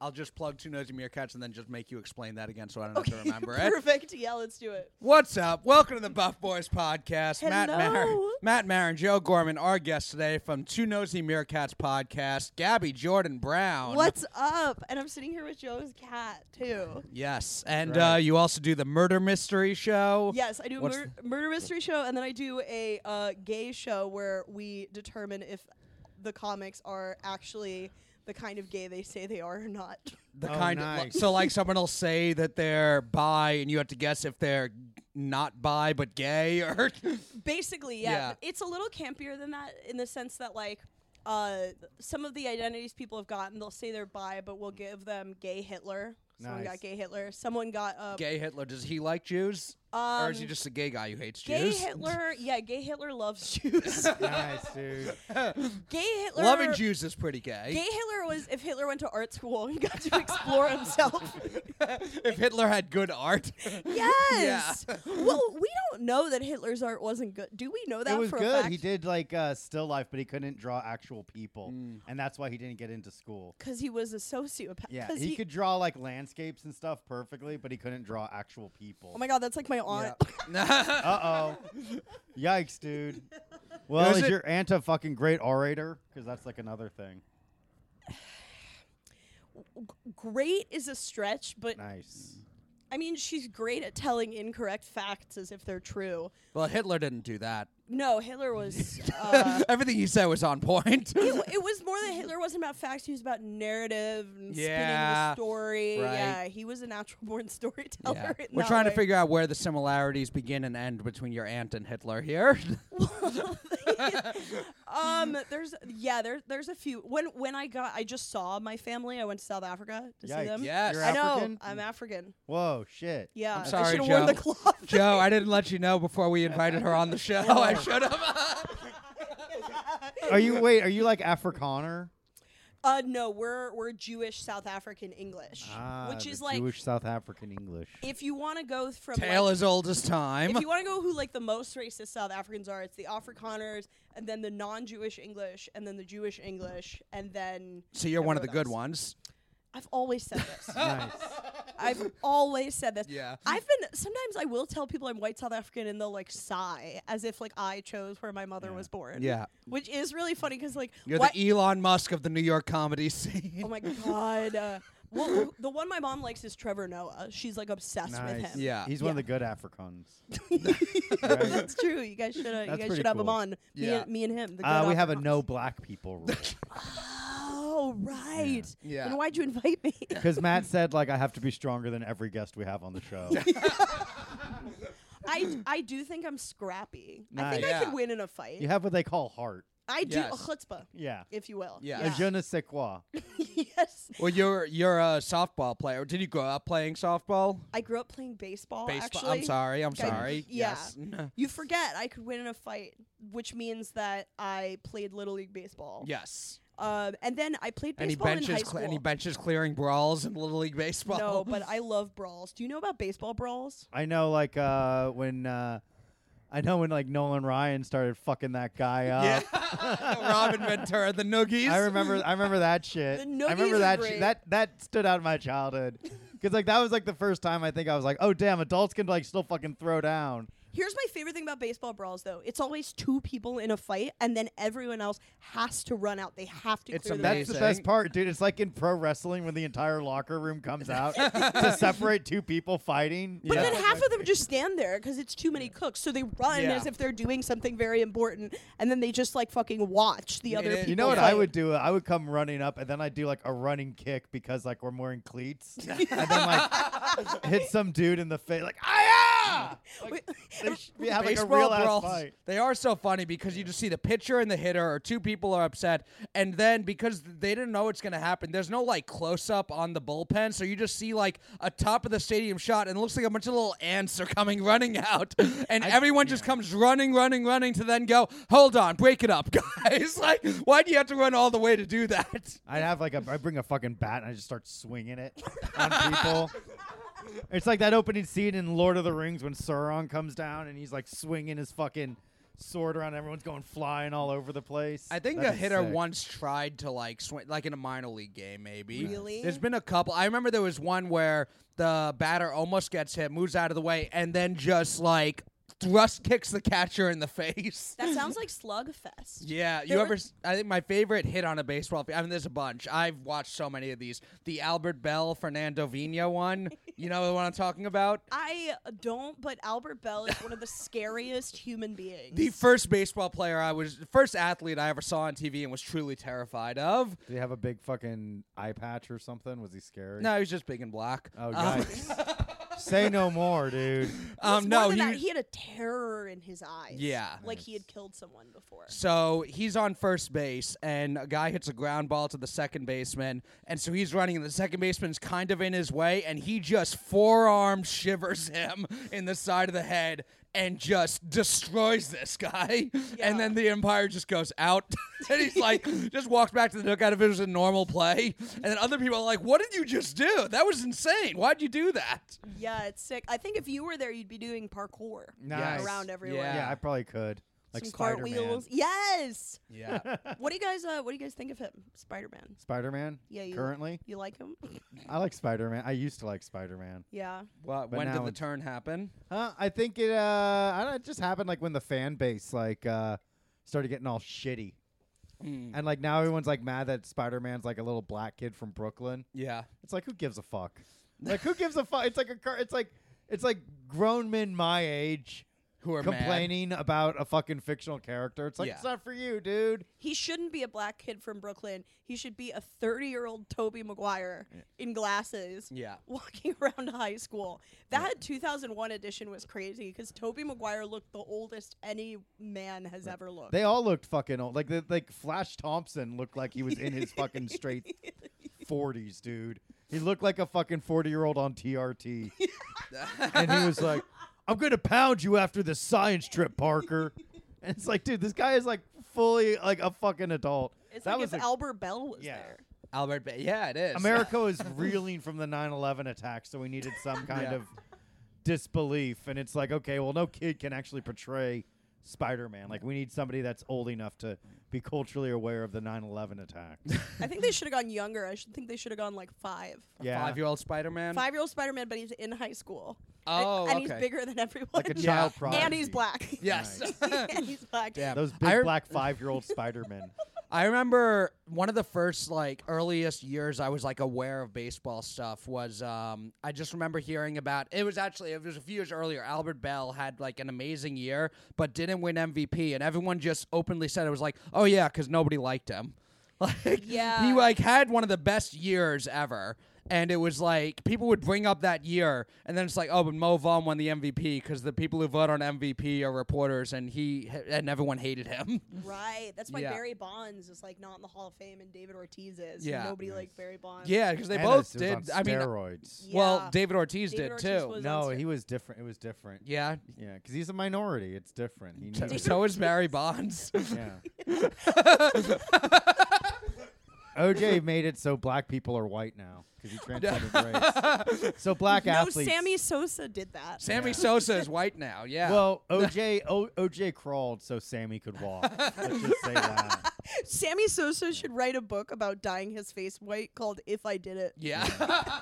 Um, just plug Two Nosy Meerkats and then just make you explain that again so I don't have to remember it. Perfect. Yeah, let's do it. What's up? Welcome to the Buff Boys podcast. Matt Maher, Hello. Matt Maher and Joe Gorman, our guests today from Two Nosy Meerkats podcast, Gabby Jordan Brown. What's up? And I'm sitting here with Joe's cat too. Yes, and Right. uh, you also do the murder mystery show. Yes, I do a What's mur- murder mystery show, and then I do a uh, gay show where we determine if the comics are actually the kind of gay they say they are or not. the Oh, kind nice. of so like someone will say that they're bi, and you have to guess if they're not bi but gay or Basically, Yeah. yeah. but It's a little campier than that in the sense that like uh, some of the identities people have gotten, they'll say they're bi, but we'll give them gay Hitler. Someone Nice. got gay Hitler. Someone got uh, gay Hitler. Does he like Jews, or is he um, just a gay guy who hates Gay Jews? Hitler, yeah, gay Hitler loves Jews. nice, dude. gay Hitler, Loving Jews is pretty gay. Gay Hitler was if Hitler went to art school and got to explore himself. if Hitler had good art, yes. Well, we don't know that Hitler's art wasn't good. Do we know that it was for good. a fact? He did like uh, still life, but he couldn't draw actual people, Mm. and that's why he didn't get into school. Because he was a sociopath. Yeah, 'Cause he, could draw like landscapes and stuff perfectly, but he couldn't draw actual people. Oh my God, that's like my aunt. Uh oh. Yikes, dude. Well, Is is it- your aunt a fucking great orator? Because that's like another thing. Great is a stretch, but Nice. Mm. I mean, she's great at telling incorrect facts as if they're true. well, Hitler didn't do that. No, Hitler was. Uh, Everything he said was on point. it, it was more that Hitler wasn't about facts. He was about narrative and Yeah, spinning the story. right. Yeah, he was a natural born storyteller. Yeah. in We're that trying to way. figure out where the similarities begin and end between your aunt and Hitler here. um there's yeah there, there's a few when when i got i just saw my family i went to south africa to see Yikes. them Yes. You're i know African? i'm african Whoa, shit. yeah I'm sorry, i should have worn the Joe. cloth Joe, I didn't let you know before we invited her on the show. I should have. Are you wait? Are you like Afrikaner? uh no we're we're jewish south african english Ah, which the is like Jewish South African English. if you want to go from Tale like, as old as time. if you want to go who like the most racist south africans are it's the afrikaners and then the non-jewish english and then the jewish english and then So you're one of the everyone good else. ones. i've always said this nice. I've always said this. Yeah. I've been sometimes I will tell people I'm white South African and they'll like sigh as if like I chose where my mother Yeah. E. was born. Yeah. Which is really funny because like You're what? the Elon Musk of the New York comedy scene. oh my god. Uh, well, the one my mom likes is Trevor Noah. She's like obsessed with Nice. him. Yeah. He's one of Yeah. the good Afrikaners. Right? That's true. You guys should uh, you That's guys pretty should have him cool. on. Yeah. Me, and, me and him. The Uh, good we have a Afrikaners. no black people rule. Oh right. Yeah. Then why'd you invite me? Because Matt said like I have to be stronger than every guest we have on the show. I, I do think I'm scrappy. I think Nice. I Yeah. could win in a fight. you have what they call heart. I do a Yes. chutzpah, Yeah. if you will. Yeah. A je ne sais quoi. yes. Well, you're you're a softball player. Did you grow up playing softball? I grew up playing baseball. Baseball. Oh, Actually, I'm sorry. I'm Kind of, sorry. yeah. Yes. You forget I could win in a fight, which means that I played little league baseball. yes. Um, and then I played Any baseball in high benches? school. Cle- any benches clearing brawls in Little League baseball? no, but I love brawls. Do you know about baseball brawls? I know, like uh, when uh, I know when like Nolan Ryan started fucking that guy Yeah. up. Robin Ventura, the Noogies. Uh, I remember, I remember that shit. The I noogies are remember that great. shit. That that stood out in my childhood because like that was like the first time I think I was like, oh damn, adults can like still fucking throw down. Here's my favorite thing about baseball brawls, though. It's always two people in a fight, and then everyone else has to run out. They have to It's clear the That's base. the Amazing. best part, dude. It's like in pro wrestling when the entire locker room comes out to separate two people fighting. But That's then like half my of them just stand there because it's too many cooks, so they run Yeah. as if they're doing something very important, and then they just like fucking watch the other. it- people You know what fight. I would do? I would come running up and then I'd do like a running kick because like we're wearing cleats. and then like hit some dude in the face like ah They sh- we have like a Baseball real ass brawls, fight. They are so funny because you just see the pitcher and the hitter, or two people are upset, and then because they didn't know what's going to happen, there's no like close up on the bullpen, so you just see like a top of the stadium shot, and it looks like a bunch of little ants are coming running out, and everyone just comes running, running, running to then go, hold on, break it up, guys. like, why do you have to run all the way to do that? I'd have like a I bring a fucking bat and I just start swinging it on people. It's like that opening scene in Lord of the Rings when Sauron comes down and he's like swinging his fucking sword around. Everyone's going flying all over the place. I think a That'd be hitter sick. once tried to like swing, like in a minor league game, maybe. Really? There's been a couple. I remember there was one where the batter almost gets hit, moves out of the way, and then just like thrust kicks the catcher in the face. That sounds like Slugfest. Yeah, you There ever? were- s- I think my favorite hit on a baseball. field. I mean, there's a bunch. I've watched so many of these. The Albert Bell, Fernando Vina one. You know what I'm talking about? I don't, but Albert Bell is one of the scariest human beings. The first baseball player I was, first athlete I ever saw on TV and was truly terrified of. Did he have a big fucking eye patch or something? Was he scary? No, he was just big and black. Oh, Um, yikes. Say no more, dude. um, It's no, more than he that, was- he had a terror in his eyes. Yeah. like he had killed someone before. So he's on first base, and a guy hits a ground ball to the second baseman, and so he's running, and the second baseman's kind of in his way, and he just forearm shivers him in the side of the head and just destroys this guy. And then the umpire just goes out, and he's like, just walks back to the dugout if it was a normal play. And then other people are like, "What did you just do? That was insane. Why'd you do that?" Yeah, it's sick. I think if you were there, you'd be doing parkour Nice. around everywhere. Yeah. Yeah, I probably could. Like Some Spider Man. cartwheels. Yes. Yeah. What do you guys? Uh, what do you guys think of him, Spider Man? Spider Man. Yeah, you- Currently, You like him? I like Spider Man. I used to like Spider Man. yeah. Well, when now did the it's- turn happen? Huh? I think it. Uh, I don't. It just happened like when the fan base like uh started getting all shitty, Mm. and like now everyone's like mad that Spider Man's like a little black kid from Brooklyn. Yeah. It's like who gives a fuck? Like who gives a fuck? It's like a car. It's like it's like grown men my age Who are mad. complaining about a fucking fictional character. It's like Yeah. it's not for you, dude. He shouldn't be a black kid from Brooklyn. He should be a 30 year old Toby Maguire in glasses. Yeah. Walking around high school. That 2001 edition was crazy because Toby Maguire looked the oldest any man has ever looked. They all looked fucking old. Like the, like Flash Thompson looked like he was in his fucking straight forties, dude. He looked like a fucking forty year old on TRT, and he was like, "I'm gonna pound you after this science trip, Parker." And it's like, dude, this guy is like fully like a fucking adult. it's that like was if like, Albert Bell was Yeah. there. Albert. Ba- yeah, it is. America was reeling from the 9/11 attack, so we needed some kind Yeah. of disbelief. And it's like, okay, well, no kid can actually portray Spider-Man. Like, we need somebody that's old enough to be culturally aware of the 9/11 attack. I think they should have gone younger. I should think they should have gone like five. yeah, Five year old Spider Man. Five year old Spider Man, but he's in high school. And- Oh, and okay. he's bigger than everyone. like a Yeah. child And prodigy. and he's black. Yes. and he's black. Damn. Those I big re- black five-year-old Spider-Men. I remember one of the first like earliest years I was like aware of baseball stuff was um I just remember hearing about it was actually it was a few years earlier Albert Bell had like an amazing year but didn't win MVP and everyone just openly said it was like oh yeah cuz nobody liked him. Like Yeah. he like had one of the best years ever and it was like people would bring up that year and then it's like oh but Mo Vaughn won the MVP cuz the people who vote on MVP are reporters and he and everyone hated him. Right. That's why Yeah. Barry Bonds is like not in the Hall of Fame and David Ortiz is. Yeah. Nobody liked Barry Bonds. Yeah, because they And both this was on did. I mean, steroids. well, Yeah. David Ortiz David did Ortiz too. was- no, on he was different. It was different. Yeah, yeah. because he's a minority. It's different. He needed- So is Barry Bonds. Yeah. OJ made it so black people are white now because he transcended race. So black No, athletes. Sammy Sosa did that. Sammy Yeah. Sosa is white now. Yeah. Well, OJ o- OJ crawled so Sammy could walk. Let's just say that. Sammy Sosa should write a book about dyeing his face white called If I Did It. yeah.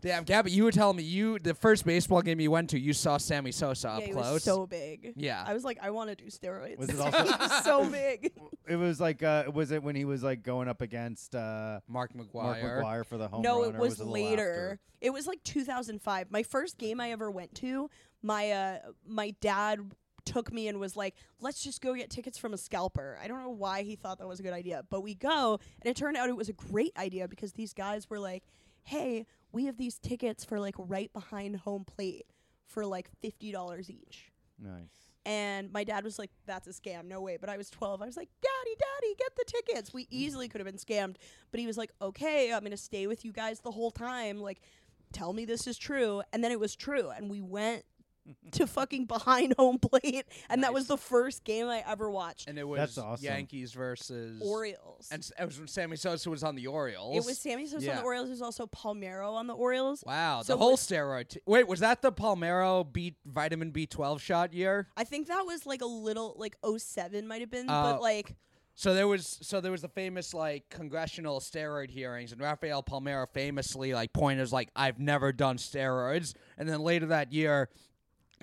Damn, Gabby, you were telling me you the first baseball game you went to, you saw Sammy Sosa up yeah, he close. was so big. Yeah. I was like, I want to do steroids. Was it also- He was so big. It was like, uh, was it when he was like going up against uh, Mark Mark McGuire. McGuire for the home no, run? it or was it a little later. It was like 2005. My first game I ever went to, my uh, my dad took me and was like, "Let's just go get tickets from a scalper." I don't know why he thought that was a good idea, but we go, and it turned out it was a great idea because these guys were like, "Hey, we have these tickets for like right behind home plate for like fifty dollars each." after? Nice. And my dad was like, that's a scam. No way. But I was 12. I was like, Daddy, Daddy, get the tickets. We easily could have been scammed. But he was like, okay, I'm going to stay with you guys the whole time. Like, tell me this is true. And then it was true. And we went to fucking behind home plate, and that was the first game I ever watched. and it was That's awesome. Yankees versus Orioles. and s- it was when Sammy Sosa was on the Orioles. it was Sammy Sosa on Yeah. the Orioles. It was also Palmero on the Orioles. Wow, So the whole was- steroid. T- Wait, was that the Palmero B vitamin B twelve shot year? I think that was like a little like 07 might have been, Uh, but like So there was so there was the famous like congressional steroid hearings, and Rafael Palmero famously like pointed as like I've never done steroids, and then later that year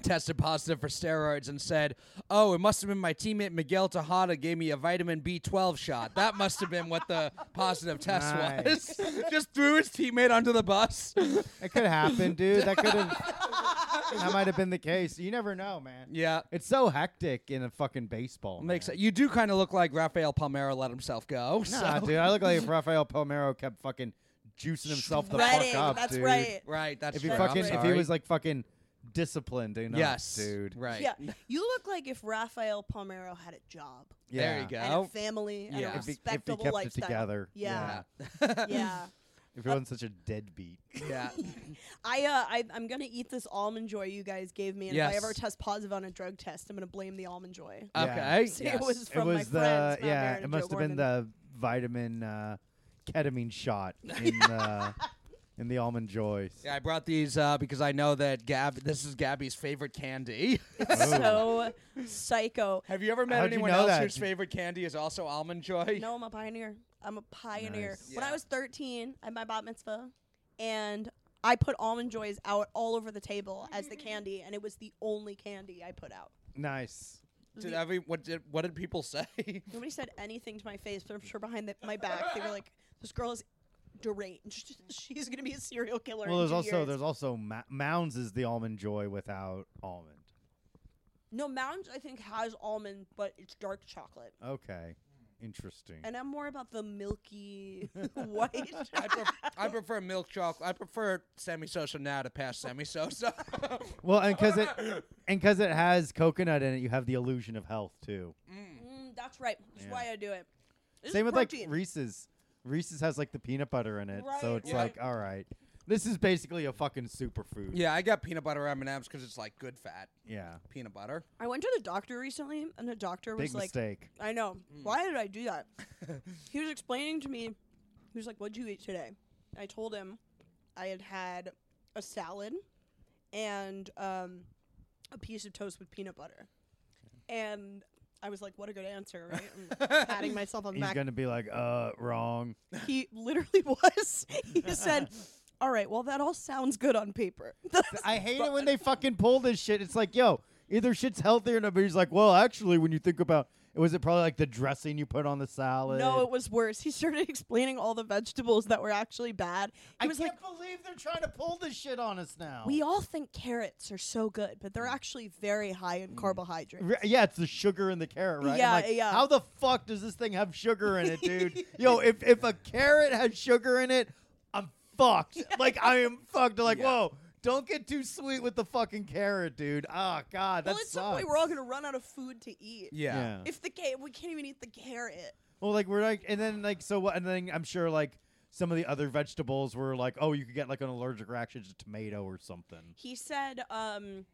tested positive for steroids and said, "Oh, it must have been my teammate Miguel Tejada gave me a vitamin B12 shot. That must have been what the positive test Nice. was." Just threw his teammate under the bus. It could happen, dude. That could have. that might have been the case. You never know, man. yeah. It's so hectic in a fucking baseball. Makes man. you do kind of look like Rafael Palmero let himself go. Nah, so- dude. I look like if Rafael Palmero kept fucking juicing himself the Redding, fuck up, that's dude. right. Right, that's If he true, fucking, I'm if he sorry. was like fucking disciplined enough, yes, dude. right, Yeah, you look like if Rafael Palmero had a job there you and a go. family and Yeah. a If he- if he respectable kept it lifestyle. together, Yeah. yeah. Uh, Yeah. If he wasn't such a deadbeat. Yeah. I uh I I'm going to eat this almond joy you guys gave me and if I Yes. ever test positive on a drug test, I'm going to blame the almond joy. Yeah. Okay. So yes. It was it from was my the friends. Matt yeah. Barrett It and must Joe have been Gorman. the vitamin uh, ketamine shot in uh, in the almond joy. Yeah, I brought these uh, because I know that Gab. This is Gabby's favorite candy. so psycho. Have you ever met How'd you anyone know else that? whose favorite candy is also almond joy? No, I'm a pioneer. I'm a pioneer. Nice. When I Yeah. was 13, I had my bat mitzvah, and I put almond joys out all over the table as the candy, and it was the only candy I put out. Nice. Did every what did what did people say? Nobody said anything to my face, but I'm sure behind the, my back they were like, "This girl is deranged. She's gonna be a serial killer." Well, in there's two also years." there's also ma- Mounds is the almond joy without almond. no Mounds. I think has almond, but it's dark chocolate, Okay, interesting. and I'm more about the milky white. I, pref- I prefer milk chocolate. I prefer semi sosa now to past semi sosa. well, and because it and 'cause it has coconut in it, you have the illusion of health too. mm, that's right. That's Yeah. why I do it. This is Same with like protein. Reese's. Reese's has like the peanut butter in it, so Right, it's right. like all right. This is basically a fucking superfood. yeah, I got peanut butter M and M's because it's like good fat Yeah. peanut butter. I went to the doctor recently, and the doctor was Big like, mistake. "I know. Mm. Why did I do that?" he was explaining to me. He was like, "What'd you eat today?" I told him I had had a salad and um, a piece of toast with peanut butter, and I was like, "What a good answer!" Right? I'm patting myself on the He's back. gonna be like, uh, wrong. he literally was. he said. All right, well, that all sounds good on paper. I hate it when they fucking pull this shit. It's like, yo, either shit's healthy or not. But he's like, well, actually, when you think about, was it probably like the dressing you put on the salad? no, it was worse. He started explaining all the vegetables that were actually bad. He I was can't like, believe they're trying to pull this shit on us now. We all think carrots are so good, but they're actually very high in carbohydrates. Mm. Re- yeah, it's the sugar in the carrot, right? I'm Yeah, like, yeah. How the fuck does this thing have sugar in it, dude? yo, if if a carrot has sugar in it, I'm fucked. Like I am fucked. Like Yeah. whoa. Don't get too sweet with the fucking carrot, dude. Oh God, that well, at some sucks. point, we're all going to run out of food to eat. Yeah. Yeah. If the ca- we can't even eat the carrot. Well, like we're like, and then like so what? And then I'm sure like some of the other vegetables were like, oh, you could get like an allergic reaction to tomato or something. He said, um,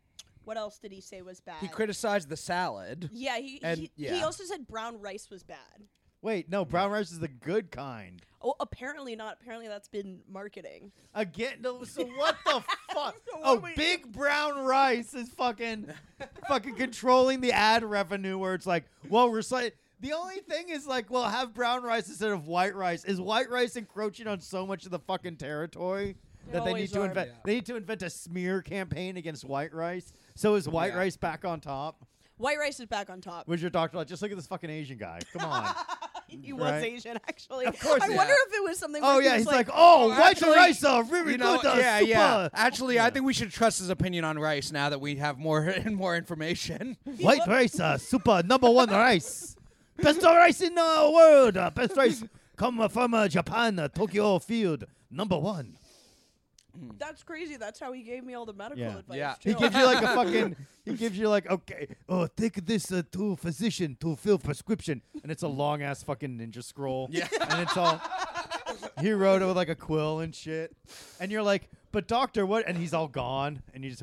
what else did he say was bad? He criticized the salad. yeah, he, And- he, he yeah. also said brown rice was bad. Wait, no, brown rice is the good kind. Oh, apparently not. Apparently that's been marketing. Again, no, so what the fuck? So what oh, we- big brown rice is fucking, fucking controlling the ad revenue. Where it's like, well, we're slight. The only thing is like, well, have brown rice instead of white rice. Is white rice encroaching on so much of the fucking territory that they need always to are. invent? Yeah. They need to invent a smear campaign against white rice. So is white Yeah. rice back on top? White rice is back on top. Was your doctor like, just look at this fucking Asian guy? Come on. he was Right. Asian, actually. Of course, I yeah. wonder if it was something. oh where he yeah, was he's like, oh, "Oh, white actually, rice are really You know, good. uh, yeah, yeah. super." Actually, Yeah. I think we should trust his opinion on rice now that we have more and more information. White look- rice, uh, super number one rice, best rice in the world. Uh, best rice come uh, from uh, Japan, uh, Tokyo field, number one. that's crazy. That's how he gave me all the medical oh. Yeah. advice. Yeah. too. He gives you like a fucking. He gives you like, okay, oh, take this uh, to physician to fill prescription, and it's a long ass fucking ninja scroll. Yeah. and it's all. He wrote it with like a quill and shit, and you're like, but doctor, what? And he's all gone, and you just.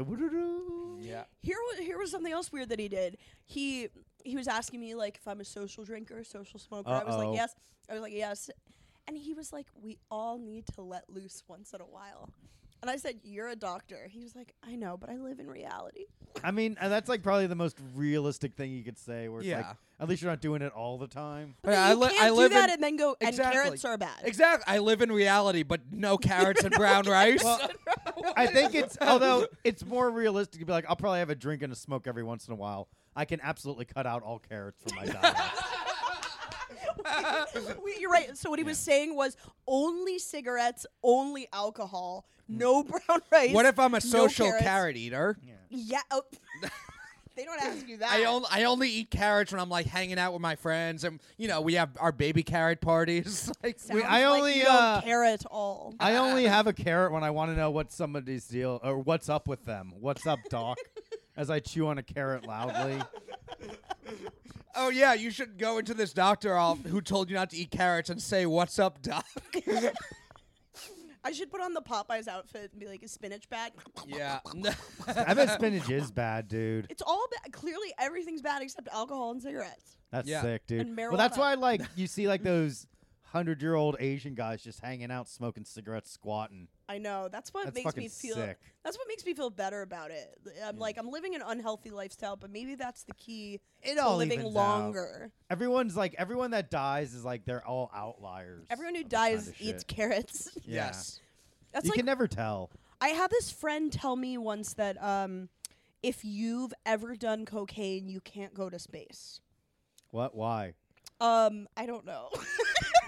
Yeah. Here was here was something else weird that he did. He he was asking me like if I'm a social drinker, social smoker. I was Uh-oh. like yes. I was like yes. And he was like, we all need to let loose once in a while. And I said, you're a doctor. He was like, I know, but I live in reality. I mean, and that's like probably the most realistic thing you could say. Where it's Yeah. like, at least you're not doing it all the time. But Yeah, then I you li- can't I live do that in- and then go Exactly. and carrots are bad. Exactly. I live in reality, but no carrots and brown rice. I think it's although it's more realistic to be like, I'll probably have a drink and a smoke every once in a while. I can absolutely cut out all carrots from my diet. We- You're right. So what he was saying was only cigarettes, only alcohol, no brown rice. what if I'm a no social carrots. carrot eater? Yeah. Oh. they don't ask you that. I only I only eat carrots when I'm like hanging out with my friends, and you know we have our baby carrot parties. like Sounds We- I like only, you don't uh, care at all. I only have a carrot when I want to know what somebody's deal or what's up with them. What's up, doc? As I chew on a carrot loudly. oh yeah, you should go into this doctor off who told you not to eat carrots and say what's up, doc. I should put on the Popeyes outfit and be like a spinach bag. yeah. I bet spinach is bad, dude. It's all bad. Clearly, everything's bad except alcohol and cigarettes. That's Yeah. sick, dude. And Well, that's marijuana. why like you see like those hundred year old Asian guys just hanging out, smoking cigarettes, squatting. I know. That's what That's makes me fucking feel. sick. That's what makes me feel better about it. I'm like I'm living an unhealthy lifestyle, but maybe that's the key It to all living evens out. longer. Everyone's like everyone that dies is like they're all outliers. Everyone who of this kind dies of eats shit. carrots. Yeah. Yes. That's you like can never tell. I had this friend tell me once that um, if you've ever done cocaine, you can't go to space. What? Why? Um, I don't know.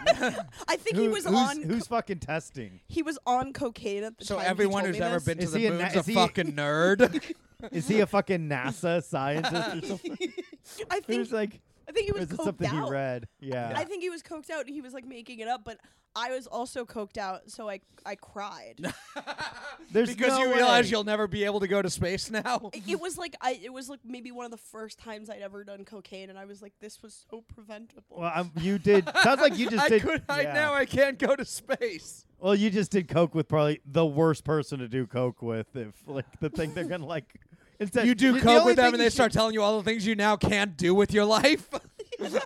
I think he Who- was who's, on who's fucking testing? he was on cocaine at the So time. he everyone told who's me ever this. been to Is the he a moon's na- a is he- fucking nerd. Is he a fucking NASA scientist or something? I think Who's like? I think he or was is it coked something out. he read? Yeah. I think he was coked out and he was like making it up, but I was also coked out, so I I cried. There's because no you realize way. you'll never be able to go to space now. It- it was like I it was like maybe one of the first times I'd ever done cocaine, and I was like, this was so preventable. Well, I'm, you did. Sounds like you just I did. could. I yeah. now I can't go to space. Well, you just did coke with probably the worst person to do coke with. If like the thing they're gonna like, instead You do the coke only with them, thing and you they start should- telling you all the things you now can't do with your life.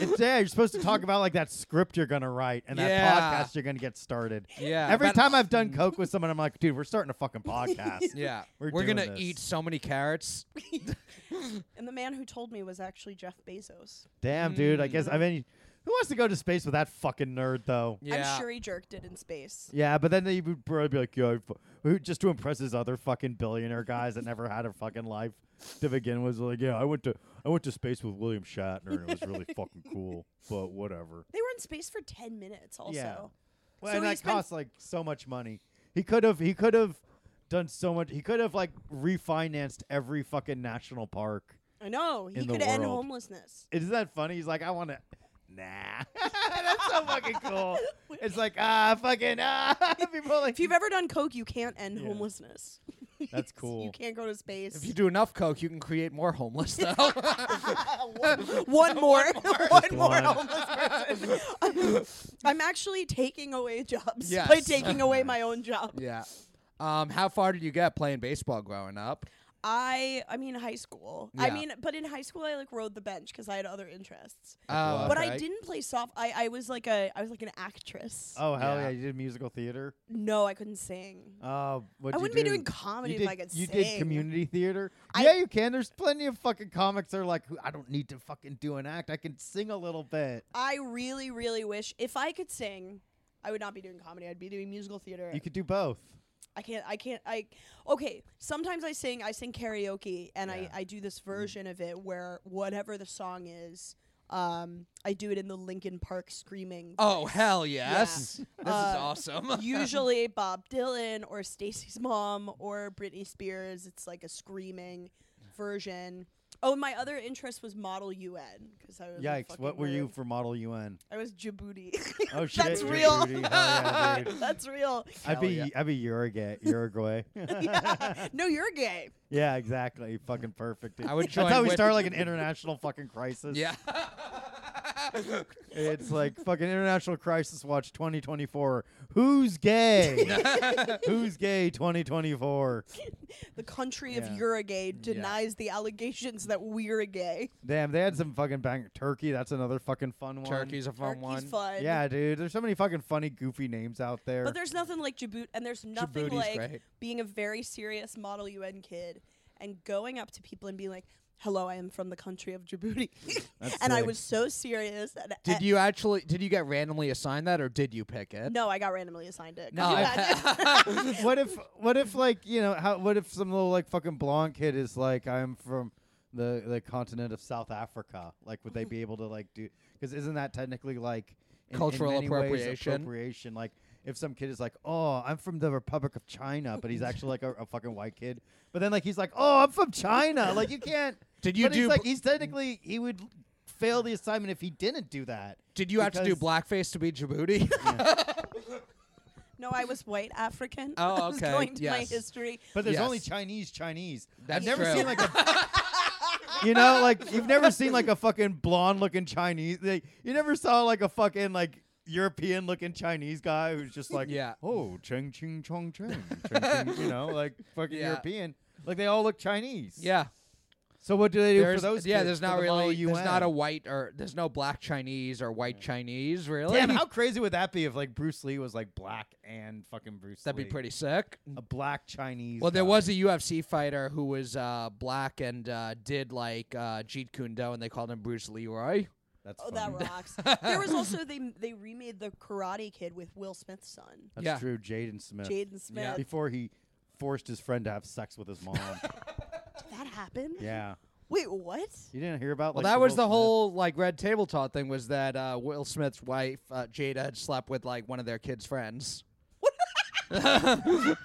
It's, yeah, you're supposed to talk about like that script you're gonna write and Yeah. that podcast you're gonna get started. Yeah, Every but- time I've done coke with someone, I'm like, dude, we're starting a fucking podcast. yeah, We're doing gonna this. eat so many carrots. and the man who told me was actually Jeff Bezos. Damn, dude. I guess I mean, who wants to go to space with that fucking nerd though? Yeah, I'm sure he jerked it in space. Yeah, but then they would probably be like, "Yo, I fu- who- just to impress his other fucking billionaire guys that never had a fucking life to begin with." Like, yeah, I went to I went to space with William Shatner, and it was really fucking cool. But whatever. They were in space for ten minutes. Also, Yeah. Well, So and he that spent- costs like so much money. He could have he could have done so much. He could have like refinanced every fucking national park. I know he In the could end world. homelessness. Isn't that funny? He's like, I want to. Nah, that's so fucking cool. It's like ah, fucking ah. People are like, If you've ever done coke, you can't end Yeah. homelessness. That's You cool. can't go to space. if you do enough coke, you can create more homeless though. one more, one more one. homeless person. I'm actually taking away jobs Yes. by taking away my own job. yeah. Um, how far did you get playing baseball growing up? I, I mean, high school. I Yeah. mean, but in high school, I like rode the bench because I had other interests. Oh, But I okay. didn't play soft. I, I was like a, I was like an actress. Oh hell Yeah. yeah. You did musical theater. No, I couldn't sing. Oh, what I wouldn't be doing comedy you if did, I could You sing. did community theater. I- yeah, you can. There's plenty of fucking comics that are like, "Who- I don't need to fucking do an act. I can sing a little bit. I really, really wish if I could sing, I would not be doing comedy. I'd be doing musical theater. You could do both. I can't. I can't. I okay. Sometimes I sing. I sing karaoke, and Yeah. Mm. I I do this version of it where whatever the song is, um, I do it in the Lincoln Park screaming. Oh hell yes! This is Uh, awesome. Usually Bob Dylan or Stacy's mom or Britney Spears. It's like a screaming version. Oh, my other interest was Model UN because I was a Yikes! fucking What were you nerd. for Model UN? I was Djibouti. Oh shit! That's you're real. Judy. Hell yeah, dude. That's real. I'd Hell be yeah. I'd be Uruguay. Uruguay. No, you're gay. yeah, exactly. Fucking perfect. dude. I would That's how join we with- start like an international fucking crisis. yeah. It's like fucking International Crisis Watch 2024. Who's gay? Who's gay 2024? The country of Yeah. Uruguay denies the allegations that we're gay. Damn, they had some fucking bang. Turkey, that's another fucking fun one. Turkey's a fun Turkey's one. fun. Yeah, dude. There's so many fucking funny, goofy names out there. But there's nothing like Djibouti, and there's nothing Djibouti's like great. being a very serious Model UN kid and going up to people and being like, "Hello, I am from the country of Djibouti," and That's I sick. was so serious. And eh, Did you actually? Did you get randomly assigned that, or did you pick it? No, I got randomly assigned it. Could No, you I- imagine? what if what if like you know how what if some little like fucking blonde kid is like I'm from the the continent of South Africa like would they be able to like do because isn't that technically like in- in Cultural many ways appropriation. appropriation like if some kid is like oh I'm from the Republic of China but he's actually like a, a fucking white kid but then like he's like oh I'm from China like you can't Did you but he's do like bl- he's technically he would fail the assignment if he didn't do that Did you have to do because- blackface to be Djibouti? no, I was white African. Oh, I was okay, going to my yes. history. But there's Yes. only Chinese Chinese. That's I've never true. seen like a You know, like you've never seen like a fucking blonde looking Chinese. Like, you never saw like a fucking like European looking Chinese guy who's just like Yeah. oh, cheng ching chong cheng. cheng, ching," you know, like fucking Yeah. European. Like they all look Chinese. yeah. So what do they do There's- for those yeah, kids there's for not the really Model there's not a UN? white or there's no black Chinese or white Chinese really. Damn, how crazy would that be if like Bruce Lee was like black and fucking Bruce That'd be Lee? pretty sick. a black Chinese. Well, there guy. was a UFC fighter who was uh, black and uh, did like uh, Jeet Kune Do, and they called him Bruce Leroy. That's Oh, that funny. rocks. there was also they they remade the Karate Kid with Will Smith's son, That's Yeah. true. Jaden Smith. Jaden Smith. Yeah. before he forced his friend to have sex with his mom. That happened. yeah, Wait, what? you didn't hear about. Well, Like, that was Will the Smith- whole like red table talk thing. Was that uh, Will Smith's wife uh, Jada had slept with like one of their kids' friends? Oh,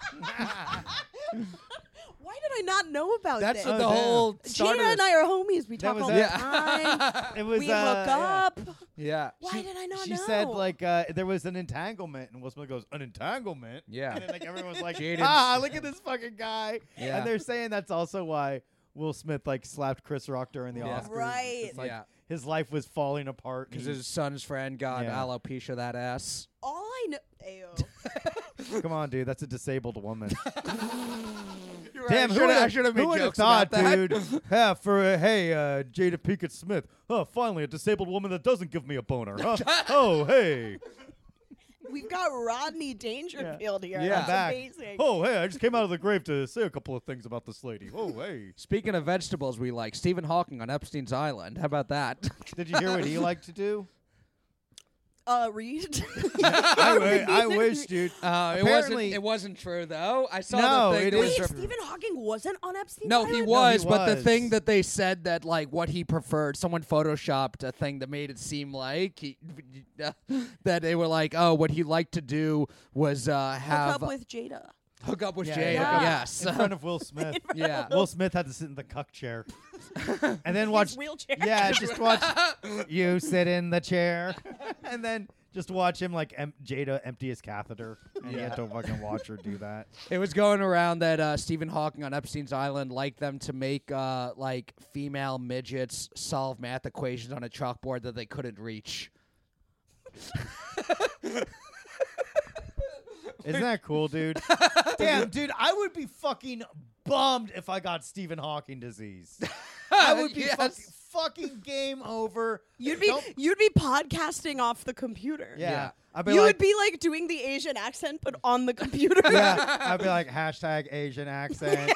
Why did I not know about That's this? what Oh, the damn. whole Jada starter. and I are homies. We That talk was all it. the Yeah. time. It was we uh, hook yeah. up. yeah, Why did I not She know? said like uh, there was an entanglement, and Will Smith goes, "An entanglement." Yeah. and then, like everyone was like, Jaden "Ah, look at this fucking guy." Yeah. and they're saying that's also why Will Smith like slapped Chris Rock during the Yeah. Oscars. Right. It's like, Yeah. his life was falling apart and because he- his son's friend got Yeah. alopecia that ass. all I know. Ayo. Come on, dude, that's a disabled woman. You're right, Damn, I shoulda- who would've- I should have who made would've jokes thought, about that. dude? yeah, for uh, hey, uh, Jada Pinkett Smith. Oh, finally a disabled woman that doesn't give me a boner. Huh? oh, hey. We've got Rodney Dangerfield here. Yeah. That's Back. amazing. Oh, hey, I just came out of the grave to say a couple of things about this lady. Oh, hey. Speaking of vegetables, we like Stephen Hawking on Epstein's Island. How about that? Did you hear what he liked to do? Uh, Reed. I, wi- I wish, dude. Uh, it wasn't. Apparently- It wasn't true though. I saw No, the thing. it that is was Wait, true. Stephen Hawking wasn't on Epstein's No, Island? he was, but the was. thing that they said that like what he preferred, someone photoshopped a thing that made it seem like he, that they were like, oh, what he liked to do was uh, Hook have up with Jada. hook up with Yeah, Jada. hook up Yes, In front of Will Smith. yeah. Will Smith had to sit in the cuck chair. and then watch His wheelchair. Yeah, just watch you sit in the chair, and then just watch him like em- Jada empty his catheter, and you have to fucking watch her do that. It was going around that uh, Stephen Hawking on Epstein's Island liked them to make uh, like female midgets solve math equations on a chalkboard that they couldn't reach. Isn't that cool, dude? Damn, dude, I would be fucking bummed if I got Stephen Hawking disease. I would be Yes. fucking, fucking game over. You'd be Don't- you'd be podcasting off the computer. yeah. Yeah. I'd be You like, would be like doing the Asian accent, but on the computer. yeah, I'd be like hashtag Asian accent.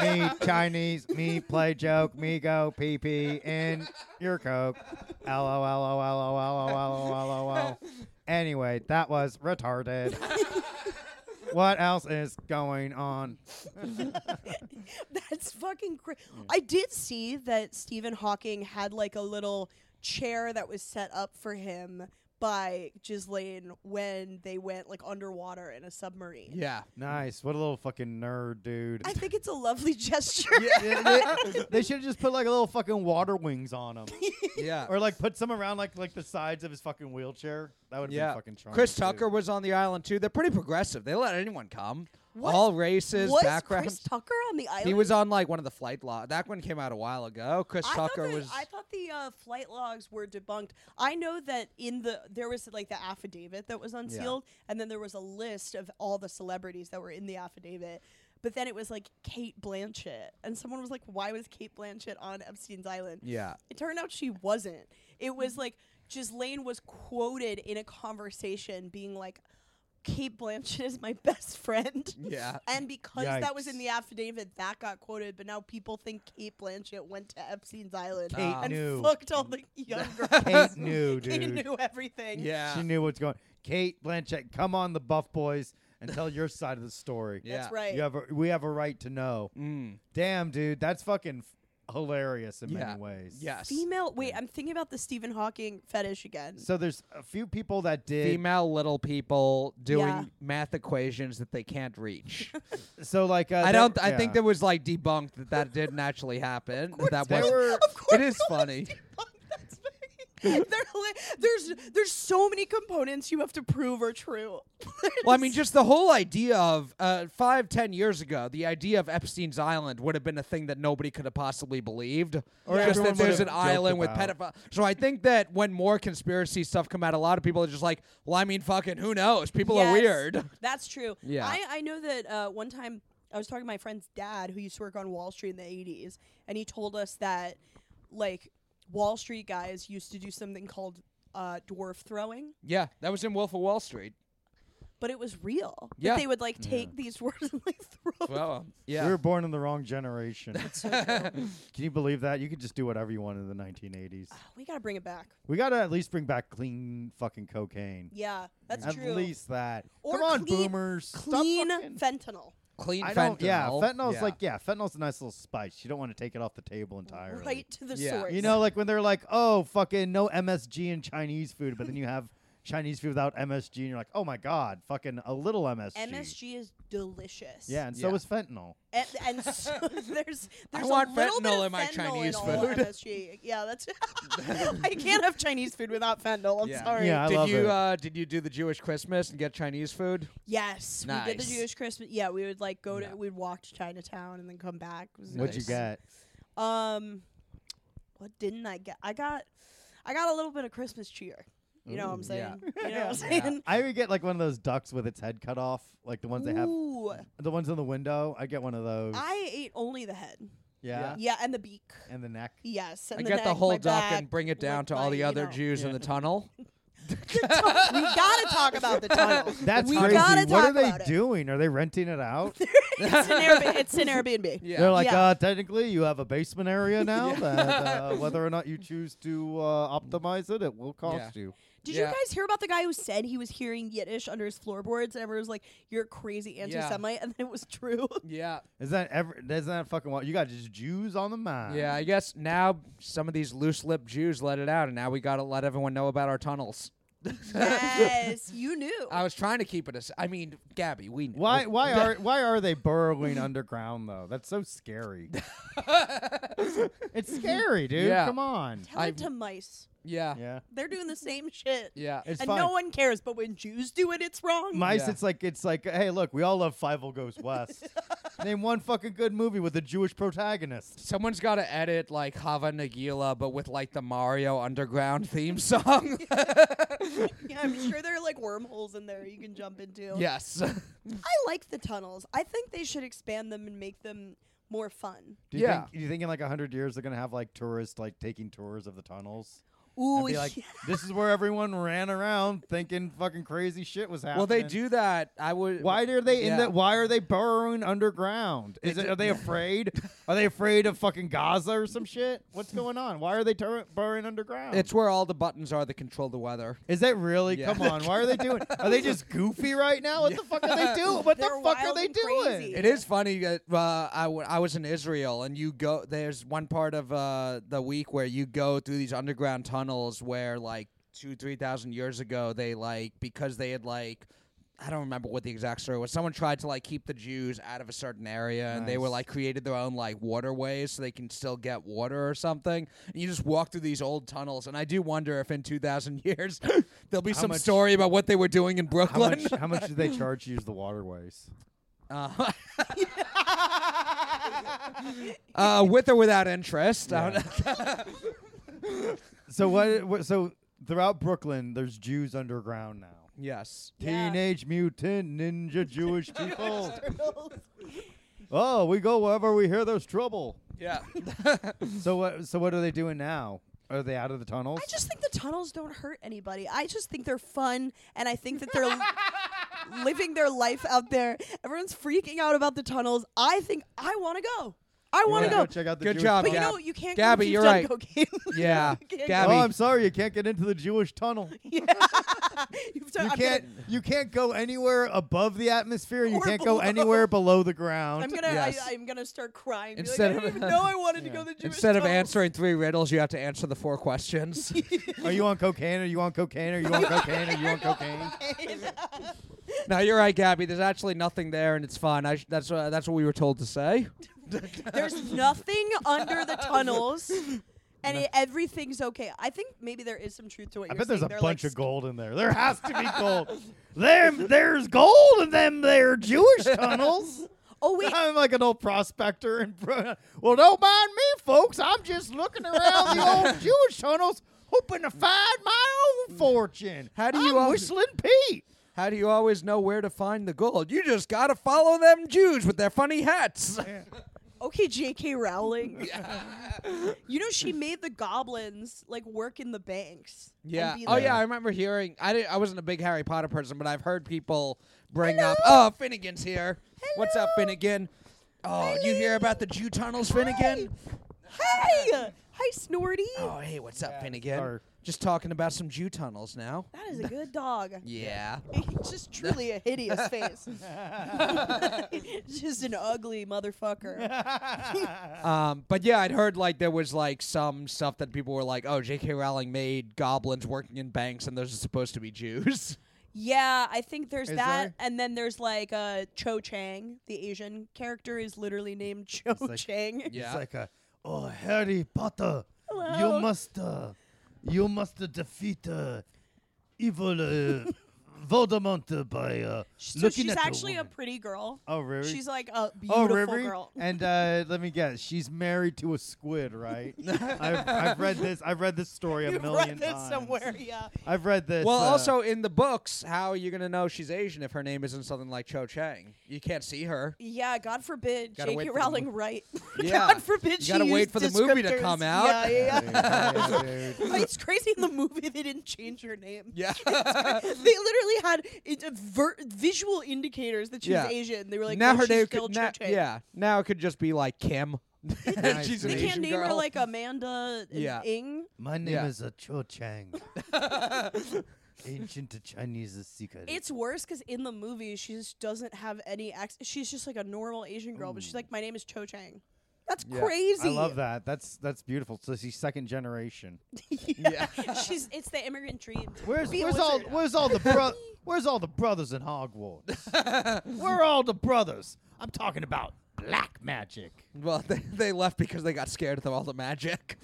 me Chinese, me play joke, me go pee pee in your coke. LOLOLOLOLOLOLOL. Anyway, that was retarded. what else is going on? That's fucking crazy. Hmm. I did see that Stephen Hawking had like a little chair that was set up for him by Ghislaine when they went like underwater in a submarine. Yeah, Nice. What a little fucking nerd, dude. I think it's a lovely gesture. Yeah, they should have just put like a little fucking water wings on him, yeah. or like put some around like like the sides of his fucking wheelchair. That would have yeah. been fucking charming. Chris too. Tucker was on the island too. They're pretty progressive. They let anyone come. What? all races, was Chris backgrounds. Tucker on the island? He was on like one of the flight log. That one came out a while ago. Chris I Tucker thought the, was. I thought the uh, flight logs were debunked. I know that in the there was like the affidavit that was unsealed, and then there was a list of all the celebrities that were in the affidavit. But then it was like Kate Blanchett, and someone was like, "Why was Kate Blanchett on Epstein's island?" yeah. It turned out she wasn't. It was like Ghislaine was quoted in a conversation being like, Kate Blanchett is my best friend. Yeah. And because that was in Yikes. the affidavit, that got quoted, but now people think Kate Blanchett went to Epstein's Island Kate and knew. fucked all the young Kate girls. knew, dude. Kate knew everything. Yeah. She knew what's going. Kate Blanchett, come on, the Buff Boys, and tell your side of the story. Yeah. That's right. You have a, we have a right to know. Mm. Damn, dude, that's fucking f- hilarious in Yeah. many ways. Yes. Female. Wait, I'm thinking about the Stephen Hawking fetish again. So there's a few people that did. Female little people doing Yeah. math equations that they can't reach. so like, uh, I there- don't. I think yeah. that was like debunked that that didn't actually happen. that that there wasn't. were. of course it is was funny. debunked. That's very- there li- there's there's so many components you have to prove are true. Well, I mean, just the whole idea of uh, five, ten years ago, the idea of Epstein's Island would have been a thing that nobody could have possibly believed. Or just that everyone would there's have an island with joked pedophiles. So I think that when more conspiracy stuff come out, a lot of people are just like, "Well, I mean, fucking, who knows? People are Yes, weird." That's true. Yeah. I, I know that uh, one time I was talking to my friend's dad who used to work on Wall Street in the 80s, and he told us that, like, Wall Street guys used to do something called uh, dwarf throwing, Yeah, that was in Wolf of Wall Street. but it was real. Yeah. That they would, like, take these dwarfs and, like, throw them. Well, yeah. We were born in the wrong generation. Can you believe that? You could just do whatever you want in the 1980s. Ah. We got to bring it back. We gotta at least bring back clean fucking cocaine. Yeah, that's at true. least that. Or Come on, clean- boomers. Stop Clean fucking- fentanyl. Clean I fentanyl. don't. Yeah, fentanyl's Yeah. like yeah, fentanyl's a nice little spice. You don't want to take it off the table entirely. Right to the Yeah. source. You know, like when they're like, oh, fucking no MSG in Chinese food, but then you have Chinese food without MSG, and you're like, oh my god, fucking a little MSG. MSG is delicious. Yeah, and so Yeah. is fentanyl. and, and so there's I there's want a little bit fentanyl of in my fentanyl Chinese all food. MSG. Yeah, that's. I can't have Chinese food without fentanyl. I'm Yeah. sorry. Yeah. I did love you it. uh, did you do the Jewish Christmas and get Chinese food? Yes, we did the Nice. Jewish Christmas. Yeah, we would like go to Yeah. we'd walk to Chinatown and then come back. It was What'd you Nice. get? nice. Um, what didn't I get? I got, I got a little bit of Christmas cheer. You know what I'm Ooh. saying? Yeah. You know what I'm Yeah. saying? I would get like one of those ducks with its head cut off, like the ones they have, Ooh, the ones in the window. I get one of those. I ate only the head. yeah. Yeah, and the beak. and the neck. Yes, and I the get neck, the whole my duck back, and bring it down like to all my, the you other know. Jews in the tunnel. we gotta talk about the tunnel. That's we crazy. Gotta what talk are they about it. doing? Are they renting it out? It's an, Airb- it's an Airbnb. Yeah. They're like, Yeah. uh, technically, you have a basement area now. That uh, whether or not you choose to uh, optimize it, it will cost you. Did you Yeah. guys hear about the guy who said he was hearing Yiddish under his floorboards? And everyone was like, "You're a crazy anti-Semite," and then it was true. yeah. Is that ever? Isn't that fucking wild? You got just Jews on the mind. Yeah, I guess now some of these loose-lipped Jews let it out, and now we got to let everyone know about our tunnels. yes, you knew. I was trying to keep it. As- I mean, Gabby, we know. Why? Why are? Why are they burrowing underground though? That's so scary. it's scary, dude. Yeah. Come on. Tell I- it to mice. Yeah, yeah, Yeah. They're doing the same shit. It's and fine. no one cares. But when Jews do it, it's wrong. Mice, Yeah. it's like it's like, hey, look, we all love Five Will Goes West. Name one fucking good movie with a Jewish protagonist. Someone's got to edit like Hava Nagila, but with like the Mario Underground theme song. yeah, I'm sure there are like wormholes in there you can jump into. yes. I like the tunnels. I think they should expand them and make them more fun. Do you Yeah. think? Do you think in like hundred years they're gonna have like tourists like taking tours of the tunnels? Ooh, and be like, yeah. this is where everyone ran around thinking fucking crazy shit was happening. well, they do that. I would. Why are they in Yeah. that? Why are they burrowing underground? Is it? Are they afraid? are they afraid of fucking Gaza or some shit? What's going on? Why are they tur- burrowing underground? It's where all the buttons are that control the weather. is that really? Yeah. Come on. Why are they doing? Are they just goofy right now? What the fuck are they doing? What They're the fuck are wild they and doing? crazy. It is funny that uh, I, w- I was in Israel and you go. There's one part of uh, the week where you go through these underground tunnels where like two three thousand years ago they like because they had like. I don't remember what the exact story was. Someone tried to like keep the Jews out of a certain area, and they were Nice. like created their own like waterways so they can still get water or something. And you just walk through these old tunnels, and I do wonder if in two thousand years there'll be some much- story about what they were doing in How Brooklyn. much? How much do they charge you to use the waterways? Uh, uh, with or without interest. I don't- So what, what? So throughout Brooklyn, there's Jews underground now. yes. Yeah. Teenage Mutant Ninja Jewish people. oh, we go wherever we hear there's trouble. Yeah. So what? So what are they doing now? Are they out of the tunnels? I just think the tunnels don't hurt anybody. I just think they're fun, and I think that they're li- living their life out there. Everyone's freaking out about the tunnels. I think I want to go. I want to Yeah. go. Check out the Good Jewish job, But tunnel. Gab- you know you can't. Gabby, go if you're you've right. Done cocaine. Yeah. You can't go. Gabby. Oh, I'm sorry, you can't get into the Jewish tunnel. You You've done- I'm gonna- can't. You can't go anywhere above the atmosphere. You Or can't below. go anywhere below the ground. I'm gonna. Yes. I, I'm gonna start crying. Be Instead like, I of- didn't even know I wanted to go Yeah. to the Jewish Instead of tunnels." answering three riddles, you have to answer the four questions. Are you on cocaine? Are you on cocaine? Are you on cocaine? Are you on cocaine? no, you're right, Gabby. There's actually nothing there, and it's fun. I sh- that's uh, that's what we were told to say. There's nothing under the tunnels, and it, everything's okay. I think maybe there is some truth to what I you're bet there's saying. a They're, like, bunch of gold in there. There has to be gold. Them, there's gold in them there Jewish tunnels. Oh wait, I'm like an old prospector. And pro- well, don't mind me, folks. I'm just looking around the old Jewish tunnels, hoping to find my own fortune. How do I'm you al- whistling Pete? How do you always know where to find the gold? You just gotta follow them Jews with their funny hats. okay, J.K. Rowling. you know she made the goblins like work in the banks. and Yeah. be Oh like- yeah, I remember hearing. I didn't. I wasn't a big Harry Potter person, but I've heard people bring up. Oh, Finnegan's here. What's up, Finnegan? Oh, you hear about the Jew tunnels, Finnegan? Hey, hi, Snorty. Oh, hey, what's up, Finnegan? sorry. Just talking about some Jew tunnels now. That is a good dog. Yeah. It's just truly a hideous face. just an ugly motherfucker. Um, but yeah, I'd heard like there was like some stuff that people were like, "Oh, J.K. Rowling made goblins working in banks, and those are supposed to be Jews." Yeah, I think there's Is that, there? and then there's like uh, Cho Chang, the Asian character, is literally named Cho like- Chang. Yeah. It's like a, oh, Harry Potter, Hello. you must, uh, you must uh, defeat uh, evil uh, Voldemort uh, by uh, Sh- So looking she's at the actually a woman. pretty girl. Oh, really? She's like a beautiful Oh, Rivery? girl. And uh, let me guess, she's married to a squid, right? I've, I've read this. I've read this story a You've million read this times. somewhere, yeah. I've read this. Well, uh, also in the books, how are you gonna know she's Asian if her name isn't something like Cho Chang? You can't see her. Yeah, God forbid Gotta wait J.K. for the Rowling mo- right. Yeah. God forbid You she gotta wait used for the movie to descriptors. come out. Yeah, yeah, yeah. yeah, dude. it's crazy in the movie they didn't change her name. Yeah. they literally had it, uh, ver- visual indicators that she Yeah. was Asian. They were like, now no, her she's name still could na- Cho Chang. yeah. Now it could just be like Kim. She's an They I see. It's can't Asian name girl. her like Amanda and Yeah. Ing. My name Yeah. is a Cho Chang. Ancient Chinese secret. It's worse because in the movie she just doesn't have any accent. She's just like a normal Asian girl, but she's like, my name is Cho Chang. That's Mm. Yeah. I crazy. I love that. That's that's beautiful. So she's second generation. yeah. She's it's the immigrant dream. Where's Be a where's all wizard. where's all the bro- where's all the brothers in Hogwarts? Where are all the brothers? I'm talking about black magic. Well, they, they left because they got scared of all the magic.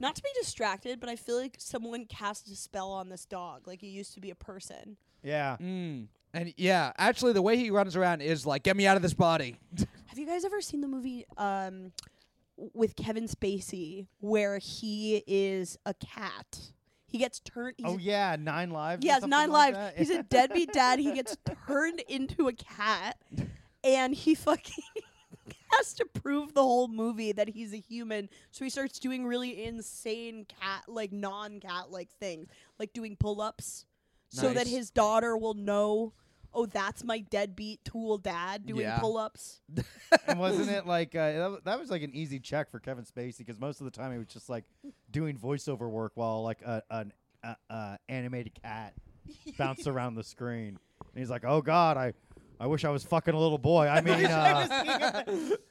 Not to be distracted, but I feel like someone cast a spell on this dog. Like he used to be a person. Yeah. Mm. And yeah, actually, the way he runs around is like, "Get me out of this body." Have you guys ever seen the movie um, w- with Kevin Spacey where he is a cat? He gets turned. He's Oh a- yeah, nine lives. He or has something nine like lives. that? He's a deadbeat dad. He gets turned into a cat, and he fucking has to prove the whole movie that he's a human. So he starts doing really insane cat, like non-cat like things, like doing pull-ups, so that Nice. his daughter will know. Oh, that's my deadbeat tool dad doing Yeah. pull-ups. and wasn't it like uh, that, wa- that was like an easy check for Kevin Spacey because most of the time he was just like doing voiceover work while like a, an uh, uh, animated cat bounced around the screen. And he's like, "Oh God, I, I wish I was fucking a little boy. I mean, uh,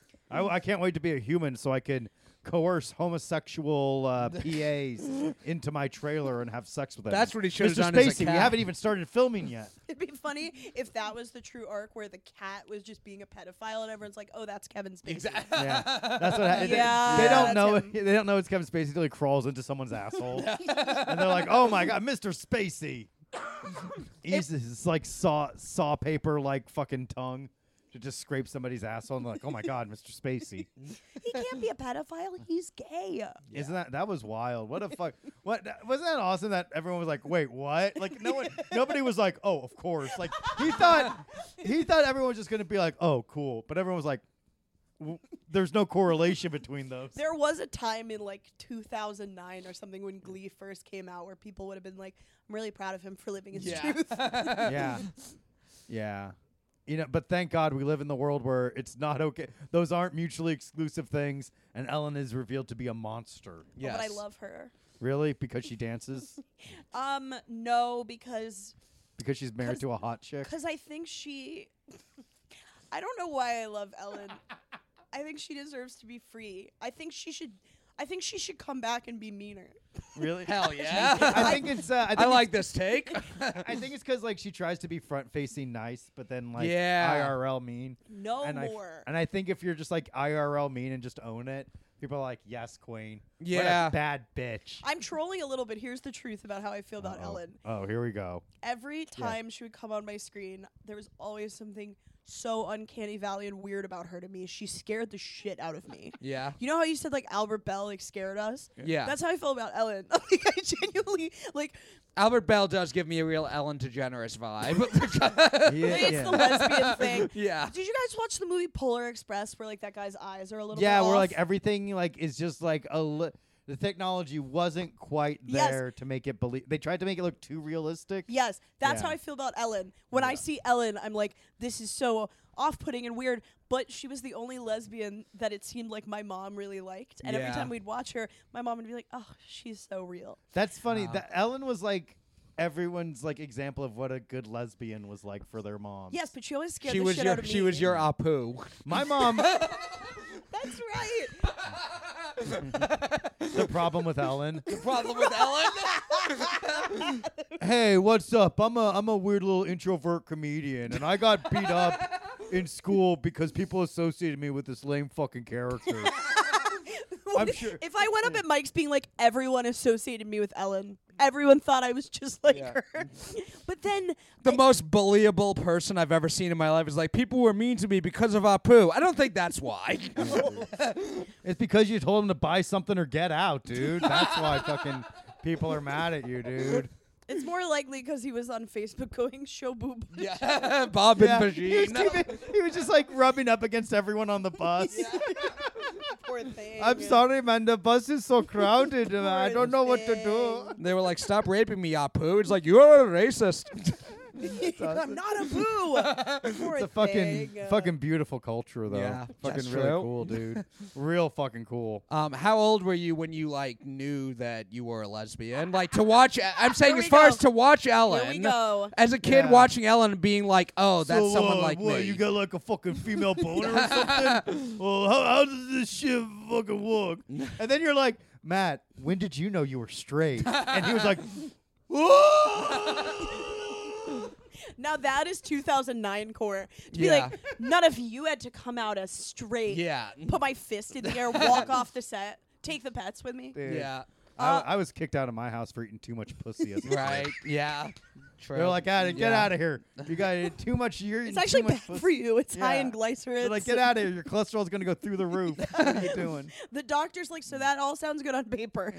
I, I can't wait to be a human so I can." Coerce homosexual uh, PAs into my trailer and have sex with them. That's what he should have Mr. done as a Spacey, we cat. haven't even started filming yet. It'd be funny if that was the true arc where the cat was just being a pedophile, and everyone's like, "Oh, that's Kevin Spacey." Yeah, that's what happened. Yeah, they, don't that's know. him. They don't know it's Kevin Spacey until he crawls into someone's asshole, and they're like, "Oh my god, Mr. Spacey." He's it's like saw saw paper like fucking tongue. to just scrape somebody's asshole and like, oh my god, Mr. Spacey. He can't be a pedophile. He's gay. Isn't that that was wild? What a fuck! What wasn't that awesome? That everyone was like, "Wait, what?" Like no one, nobody was like, "Oh, of course." Like he thought, he thought everyone was just gonna be like, "Oh, cool," but everyone was like, w- "There's no correlation between those." There was a time in like 2009 or something when Glee first came out where people would have been like, "I'm really proud of him for living his Yeah. truth." yeah, yeah. You know, but thank God we live in the world where it's not okay. Those aren't mutually exclusive things, and Ellen is revealed to be a monster. But I Yes. love her. Really, because she dances, Um, no, because because she's married to a hot chick. because I think she. I don't know why I love Ellen. I think she deserves to be free. I think she should. I think she should come back and be meaner. Really? Hell yeah. I think it's. Uh, I, think I it's- like this take. I think it's because like she tries to be front facing nice, but then like Yeah. IRL mean. No and I more. and I think if you're just like IRL mean and just own it, people are like, "Yes, queen. Yeah. what a bad bitch." I'm trolling a little bit. Here's the truth about how I feel about Uh-oh. Ellen. Oh, here we go. Every time she would come on my screen, there was always something so uncanny valley and weird about her to me. She scared the shit out of me. yeah. You know how you said like Albert Bell like scared us? Yeah. That's how I feel about Ellen. like I genuinely like Albert Bell does give me a real Ellen DeGeneres vibe. Yeah, it's the lesbian thing. yeah. Did you guys watch the movie Polar Express where like that guy's eyes are a little yeah bit where like off? everything like is just like a. Li- the technology wasn't quite Yes. there to make it believe. They tried to make it look too realistic. Yes, that's Yeah. how I feel about Ellen. When I Yeah. see Ellen, I'm like, this is so off-putting and weird. But she was the only lesbian that it seemed like my mom really liked, and every Yeah. time we'd watch her, my mom would be like, "Oh, she's so real." That's funny. Wow. that Ellen was like everyone's like example of what a good lesbian was like for their mom. Yes, but she always scared She the was shit out your of me. she was your apu. My mom That's right. the problem with Ellen The problem with Ellen? hey, what's up? I'm a I'm a weird little introvert comedian, and I got beat up in school because people associated me with this lame fucking character. I'm sure. if I went up at Mike's being like, everyone associated me with Ellen. Everyone thought I was just like Yeah. her. but then the most bullyable person I've ever seen in my life is like people were mean to me because of Apu. I don't think that's why. It's because you told him to buy something or get out, dude. That's why fucking people are mad at you, dude. it's more likely because he was on Facebook going show boob. yeah. Bob and he, was Bajin. keeping- he was just like rubbing up against everyone on the bus. Poor thing. I'm sorry, man. The bus is so crowded, and I Poor don't know what to do. thing. They were like, "Stop raping me, Apu." It's like you're a racist. I'm not a boo. Poor It's a fucking thing. fucking beautiful culture though. Yeah, that's fucking really true. cool, dude. Real fucking cool. Um, how old were you when you like knew that you were a lesbian? Like to watch. I'm saying Here as we far go. as to watch Ellen. Here we go. As a kid Yeah. watching Ellen and being like, "Oh, that's uh, someone like me." like a fucking female boner or something? Well, how, how does this shit fucking work? And then you're like, Matt, when did you know you were straight? and he was like, Now that is 2009 core. To be Yeah. like, none of you had to come out as straight. yeah. Put my fist in the air, walk off the set, take the pets with me. Dude, Yeah. I, Uh, I was kicked out of my house for eating too much pussy. As a kid." Right. Yeah. True. They're like, out get Yeah. out of here. You got too much. You're eating It's actually too much bad pussy." for you. It's high Yeah. in glycerin. They're like, get out of here. Your cholesterol's gonna go through the roof. what are you doing? The doctor's like, so that all sounds good on paper.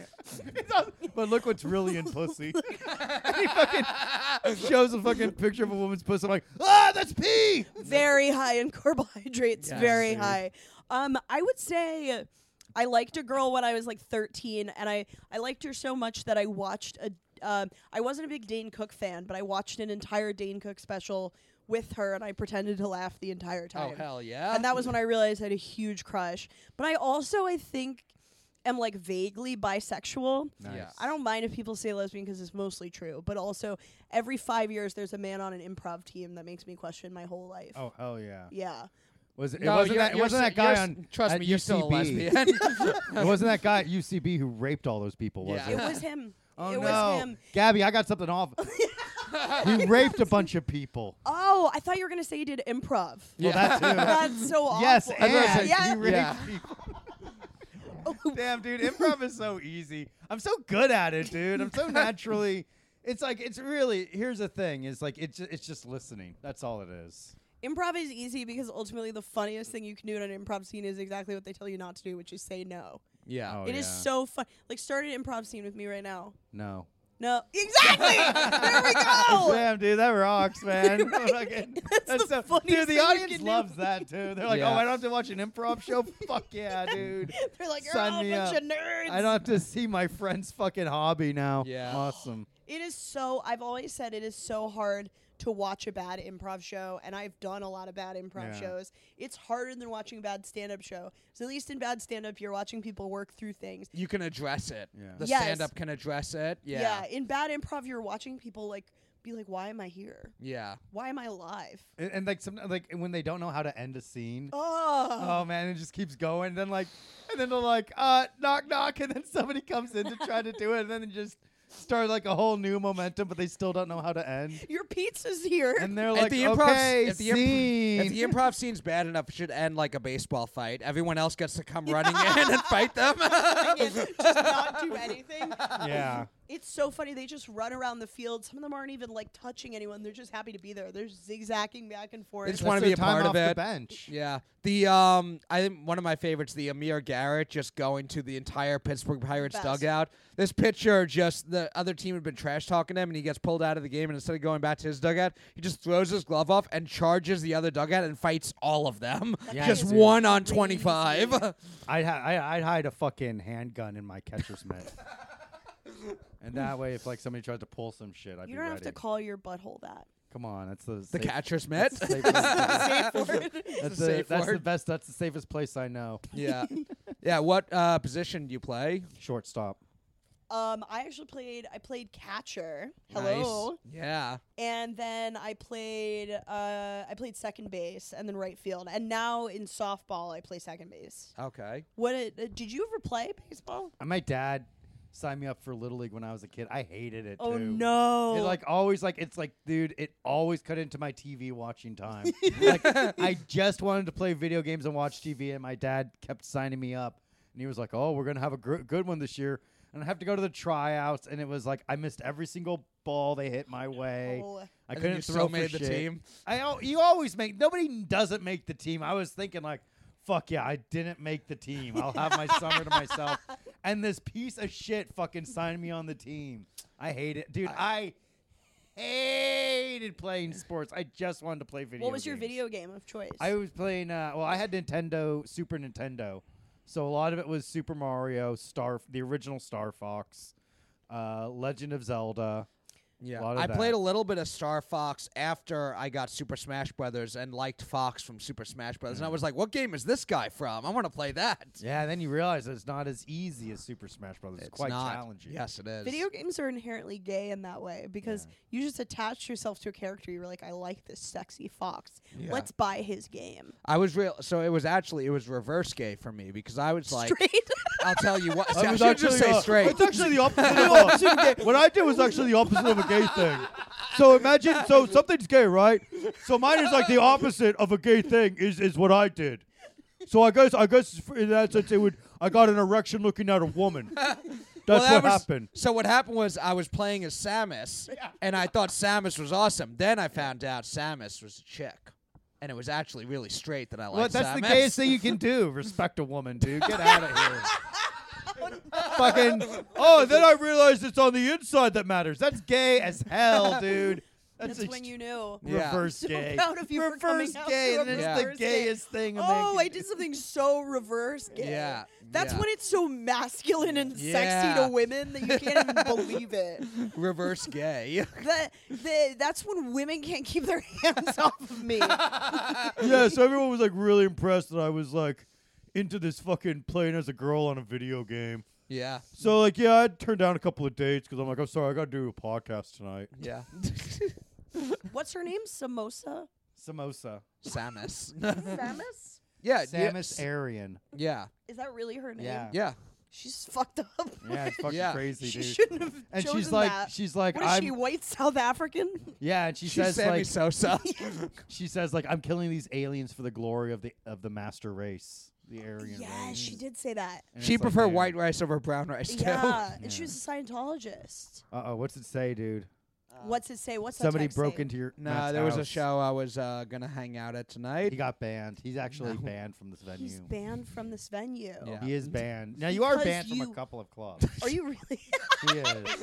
But look what's really in pussy. And he fucking shows a fucking picture of a woman's pussy. I'm like, ah, that's pee. Very high in carbohydrates. Yeah, very dude. high. Um, I would say I liked a girl when I was like 13, and I I liked her so much that I watched a. Um, I wasn't a big Dane Cook fan, but I watched an entire Dane Cook special with her, and I pretended to laugh the entire time. "Oh hell yeah." and that was when I realized I had a huge crush. But I also, I think, am like vaguely bisexual. Yeah. I don't mind if people say lesbian because it's mostly true, but also every five years there's a man on an improv team that makes me question my whole life. Oh hell yeah. Yeah. Was it, it No, wasn't you're- that? It you're wasn't s- that guy you're s- on? Trust at me, you're still a UCB. lesbian. it wasn't that guy at UCB who raped all those people, was Yeah. it? It was him. Oh it no, was him. Gabby, I got something off. he raped a bunch of people. Oh, I thought you were going to say he did improv. Yeah. Well, that too. That's so awful. yes, I was gonna say, and Yeah. Oh, he raped Yeah. people. Damn, dude, improv is so easy. I'm so good at it, dude. I'm so naturally. It's like it's really. Here's the thing: is like it's it's just listening. That's all it is. Improv is easy because ultimately the funniest thing you can do in an improv scene is exactly what they tell you not to do, which is say no. Yeah. Oh, It is yeah. so fun. Like start an improv scene with me right now. no. No, exactly. there we go. Damn, dude, that rocks, man. Right? Fucking- That's the funniest thing dude, the you audience can do. loves that too. They're like, Yeah. oh, I don't have to watch an improv show. Fuck yeah, dude. They're like, you're Sign all a me bunch up. of nerds. I don't have to see my friend's fucking hobby now. Yeah. Awesome. It is so. I've always said it is so hard to watch a bad improv show, and I've done a lot of bad improv Yeah. shows. It's harder than watching a bad stand-up show. So at least in bad stand-up, you're watching people work through things. You can address it. Yeah. The Yes. stand up can address it. Yeah. In bad improv, you're watching people like be like, "Why am I here? Yeah. Why am I alive?" And, and like some like when they don't know how to end a scene. Oh. Oh man, it just keeps going. Then like, and then they're like, uh, knock knock, and then somebody comes in to try to do it, and then they just start like a whole new momentum, but they still don't know how to end. Your pizza's here. Oh. And they're If like, the improv- okay, if the imp- scene. If the improv scene's bad enough, it should end like a baseball fight. Everyone else gets to come running in and fight them. just not do anything. yeah. It's so funny. They just run around the field. Some of them aren't even like touching anyone. They're just happy to be there. They're zigzagging back and forth. just wanna That's be a their part time of off the it. bench. Yeah, the um, I think one of my favorites, the Amir Garrett, just going to the entire Pittsburgh Pirates Best. dugout. This pitcher, just the other team had been trash talking him, and he gets pulled out of the game. And instead of going back to his dugout, he just throws his glove off and charges the other dugout and fights all of them. Yeah, just dude. one on Crazy. twenty five. I'd, hi- I, I'd hide a fucking handgun in my catcher's mitt. and that way, if like somebody tried to pull some shit, I'd You be don't ready. have to call your butthole that. Come on, that's the the safe- catcher's mitt. that's the safest- Safe word. that's a the- safe that's the word. best. That's the safest place I know. yeah, yeah. What uh, position do you play? Shortstop. Um, I actually played. I played catcher. Hello. Nice. Yeah. And then I played. Uh, I played second base and then right field. And now in softball, I play second base. Okay. What it, uh, did you ever play baseball? Uh, My dad signed me up for Little League when I was a kid. I hated it. Oh too. no! It like always like it's like dude, it always cut into my TV watching time. like I just wanted to play video games and watch TV, and my dad kept signing me up, and he was like, "Oh, we're gonna have a gr- good one this year." And I have to go to the tryouts, and it was like I missed every single ball they hit my way. Oh. I And then couldn't you throw still for made the shit. team? I al- you always make nobody doesn't make the team. I was thinking like, fuck yeah, I didn't make the team. I'll have my summer to myself. And this piece of shit fucking signed me on the team. I hate it, dude. I, hated playing sports. I just wanted to play video. what was your games. video game of choice? I was playing. Uh, well, I had Nintendo, Super Nintendo, so a lot of it was Super Mario, Star, the original Star Fox, uh, Legend of Zelda. Yeah, lot of I played that. a little bit of Star Fox after I got Super Smash Brothers and liked Fox from Super Smash Brothers, and I was like, "What game is this guy from? I want to play that." Mm. Yeah, and then you realize it's not as easy as Super Smash Brothers. It's, quite not- challenging. Yes, it is. Video games are inherently gay in that way because you just attach yourself to a character. You're like, I like this sexy fox. Yeah. Let's buy his game. I was real. So it was actually it was reverse gay for me because I was like, Straight. "I'll tell you what." I I was should just actually, say uh, straight. It's actually the opposite of a, What I did was actually the opposite of a gay thing. So imagine, so something's gay, right? So mine is like the opposite of a gay thing is is what I did. So I guess I guess in that sense it would. I got an erection looking at a woman. That's Well, that what was- happened. So what happened was I was playing as Samus, and I thought Samus was awesome. Then I found out Samus was a chick, and it was actually really straight that I liked. Samus. thing you can do. Respect a woman, dude. Get out of here. Fucking. Oh, then I realized it's on the inside that matters. That's gay as hell, dude. That's when you knew. Yeah. reverse So gay. proud of you for reverse coming out gay, to a and it's reverse the gay. gayest thing. a man Oh, can I do. did something so reverse gay. Yeah, That's yeah. when it's so masculine and sexy Yeah. to women that you can't even believe it. reverse gay. That, the that's when women can't keep their hands off of me. Yeah, so everyone was like really impressed that I was like into this fucking playing as a girl on a video game. yeah, So like, yeah, I turned down a couple of dates because I'm like, I'm sorry, I got to do a podcast tonight. yeah, What's her name? Samosa? Samosa. Samus. Samus? yeah, yeah, Arian. yeah, Is that really her name? Yeah. yeah. She's fucked up. Yeah, it's fucking Yeah. crazy, she dude. shouldn't have and chosen she's like, that. she's like, What is I'm, she, white South African? yeah, and she, She's says Sammy like, Sosa. she says like, I'm killing these aliens for the glory of the of the master race, the Aryan Yeah, race. she did say that. And she it's like, prefer dude. white rice over brown rice too. Yeah, and she Yeah. was a Scientologist. Uh oh, what's it say, dude? What's it say? What's that Somebody text broke say? into your. No, Matt's there was a house. show I was uh, gonna hang out at tonight. He got banned. He's actually No. banned from this venue. He's banned from this venue. Yeah. He is banned. Now you are Because banned from you- a couple of clubs. Are you really? he is.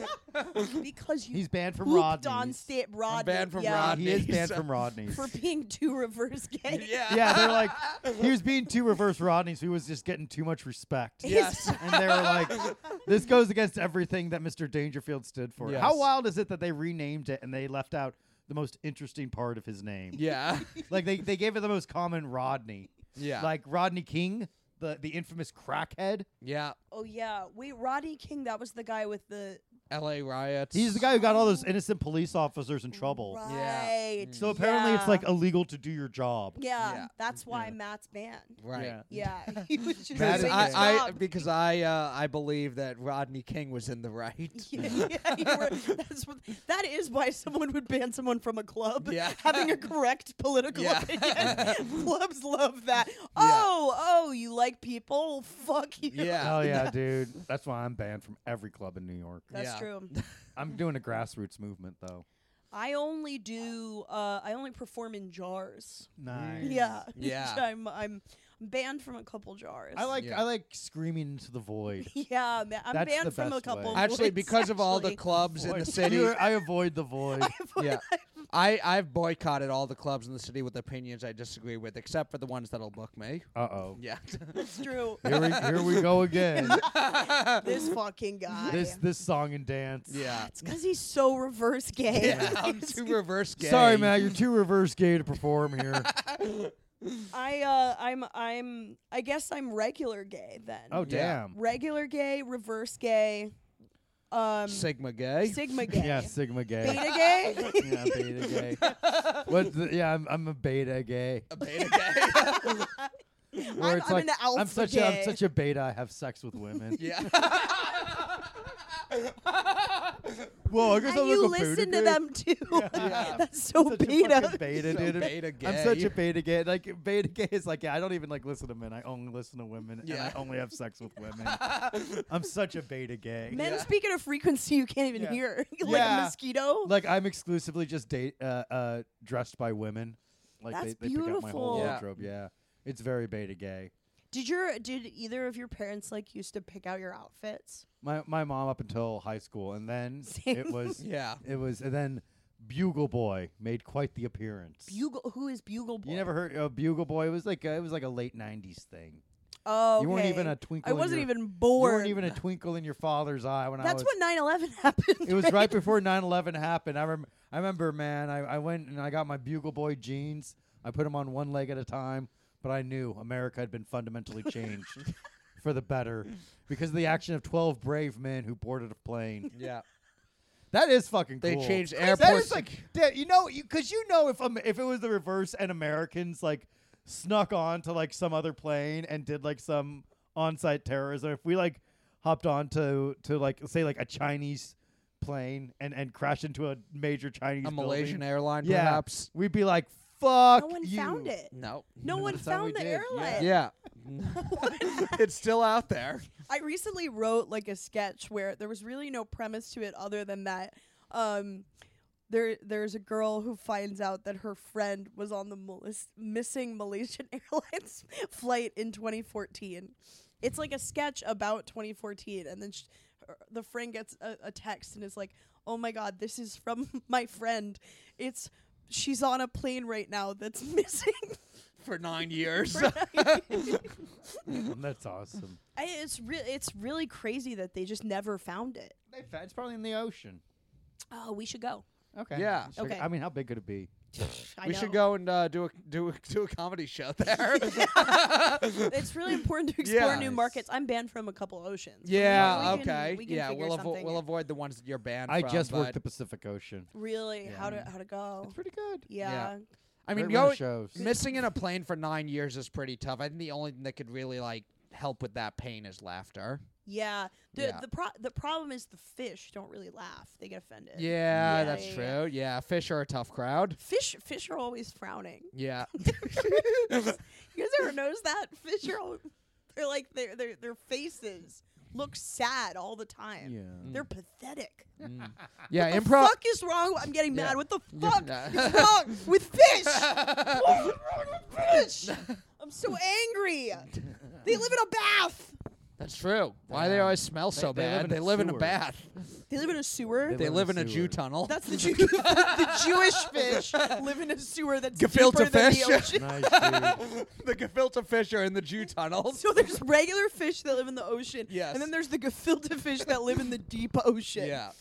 because you He's banned from pooped Rodney. on state Rodney. banned from yeah, Rodney. He is banned so- from Rodney's. for being too reverse gay. yeah. yeah, they're like he was being too reverse Rodney's. He was just getting too much respect. Yes. And they were like, this goes against everything that Mr. Dangerfield stood for. How Yes. wild is it that they renamed it and they left out the most interesting part of his name? yeah. Like they, they gave it the most common Rodney. Yeah. Like Rodney King, the, the infamous crackhead. yeah. Oh yeah. Wait, Rodney King, that was the guy with the L.A. riots. He's the guy who got all those innocent police officers in trouble. Right. So apparently it's yeah. like illegal to do your job. Yeah, Yeah. that's why Yeah. Matt's banned. right. Yeah. Yeah, he was just Because That is doing I, his I job. because I uh, I believe that Rodney King was in the right. Yeah, yeah, you were- that's what, that is why someone would ban someone from a club. Yeah. Having a correct political Yeah. opinion. Clubs love that. Oh, oh, you like people? Fuck you. Yeah. Hell Oh, yeah, dude. That's why I'm banned from every club in New York. That's Yeah. true. I'm doing a grassroots movement though. I only do. Uh, I only perform in jars. Nice. Yeah. Mm. Yeah. I'm. I'm banned from a couple jars. I like Yeah. I like screaming into the void. Yeah, man. I'm That's the banned from a best couple. way. Actually, voids, because of all the actually. clubs in the Void. city. You're- I avoid the void. Yeah. I, I've boycotted all the clubs in the city with opinions I disagree with, except for the ones that'll book me. Uh oh. Yeah. It's true. Here we here we go again. this fucking guy. this this song and dance. yeah. It's because he's so reverse gay. Yeah. I'm too reverse gay. Sorry, Matt, you're too reverse gay to perform here. I uh, I'm I'm I guess I'm regular gay then. oh Yeah. damn. Regular gay, reverse gay, um, Sigma gay. sigma gay, Yeah, Sigma gay. beta gay. yeah, beta gay. What the, yeah, I'm, I'm a beta gay. A beta gay. Where I'm- it's I'm like an alpha I'm such a gay. I'm such a beta. I have sex with women. yeah. Whoa, I guess and I'm you like a listen to beta gay. them too. Yeah. That's so such a beta. fucking beta, So dude. beta I'm such gay. a beta gay. Like beta gay is like, yeah, I don't even like listen to men. I only listen to women, Yeah. and I only have sex with women. I'm such a beta gay. Men Yeah. speaking of frequency, you can't even Yeah. hear like a Yeah. mosquito. Like I'm exclusively just date uh, uh, dressed by women. Like That's they, they pick up my whole beautiful. Yeah. wardrobe. Yeah, it's very beta gay. Did your did either of your parents like used to pick out your outfits? My my mom up until high school, and then Same. it was Yeah. it was and then Bugle Boy made quite the appearance. Bugle, who is Bugle Boy? you never heard of Bugle Boy? It was like a, it was like a late '90s thing. Oh, You weren't okay. even a I twinkle. in wasn't your- even You born. weren't even a twinkle in your father's eye when I was. That's when 9/11 happened. it was right before 9-11 happened. I rem- I remember, man. I, I went and I got my bugle boy jeans. I put them on one leg at a time, but I knew America had been fundamentally changed for the better because of the action of twelve brave men who boarded a plane. Yeah. That is fucking. They cool. changed That airport is like, yeah, you know, because you, know, if um, if it was the reverse and Americans like snuck on to like some other plane and did like some on-site terrorism, if we like hopped on to to like say like a Chinese plane and and crashed into a major Chinese A Malaysian building, airline, yeah, perhaps. we'd be like, fuck. no one you. found it. No. No one That's how we found the did, yeah. airline. Yeah. it's still out there. I recently wrote like a sketch where there was really no premise to it other than that um there there's a girl who finds out that her friend was on the Malis- missing Malaysian Airlines flight in 2014. It's like a sketch about 2014 and then sh- her- the friend gets a, a text and is like, "Oh my god, this is from my friend. It's she's on a plane right now that's missing." For nine years. That's awesome. I, it's really it's really crazy that they just never found it. They fa- It's probably in the ocean. Oh, we should go. Okay. Yeah. Sure. Okay. I mean, how big could it be? I we know. should go and uh, do a do a, do a comedy show there. It's really important to explore Yeah. new markets. I'm banned from a couple oceans. but we- yeah. we can- okay. we can yeah. figure We'll avoid something we'll out. avoid the ones that you're banned. I from, just worked the but- Pacific Ocean. Really, how to Yeah. how to go? It's pretty good. Yeah. I mean, Great run of go, shows. missing in a plane for nine years is pretty tough. I think the only thing that could really like help with that pain is laughter. Yeah. The Yeah. the pro- the problem is the fish don't really laugh. They get offended. Yeah, that's Uh, yeah, true. yeah. Yeah. fish are a tough crowd. Fish fish are always frowning. Yeah, You guys ever notice that? Fish are al- they're like their their their faces look sad all the time. They're pathetic. Mm. Yeah, The improv. fuck is wrong? I'm getting Yeah. mad. What the Yeah. fuck Nah. is wrong with fish? what is wrong with fish? I'm so angry. They live in a bath. That's true. Why they always smell so they live bad? in they a live in a sewer. bath. They live in a sewer. They live in a Jew sewer. tunnel. that's the, Jew- the Jewish fish live in a sewer that's Gefilte deeper than fish. the ocean. nice, dude. the gefilte fish are in the Jew tunnels. So there's regular fish that live in the ocean, Yes. and then there's the gefilte fish that live in the deep ocean. Yeah.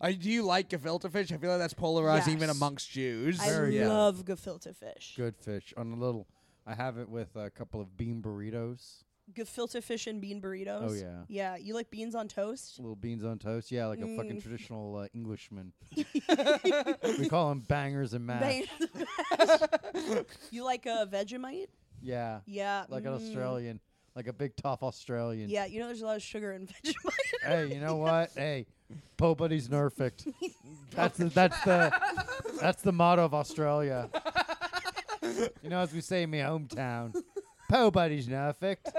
Uh, do you like gefilte fish? I feel like that's polarized even Yes. amongst Jews. I Very good. love gefilte fish. Good fish on a little. I have it with a couple of bean burritos, Gefilte fish and bean burritos. Oh, yeah. Yeah, you like beans on toast? little beans on toast. Yeah, like a fucking Mm. traditional uh, Englishman. we call them bangers and mash. Bang. you like a Vegemite? Yeah, Yeah. like an mm. Australian, like a big tough Australian. Yeah, you know there's a lot of sugar in Vegemite. Hey, you know what? Hey, po buddy's nerfect. That's the, that's the that's the motto of Australia. You know, as we say in my hometown, po buddy's nerfect.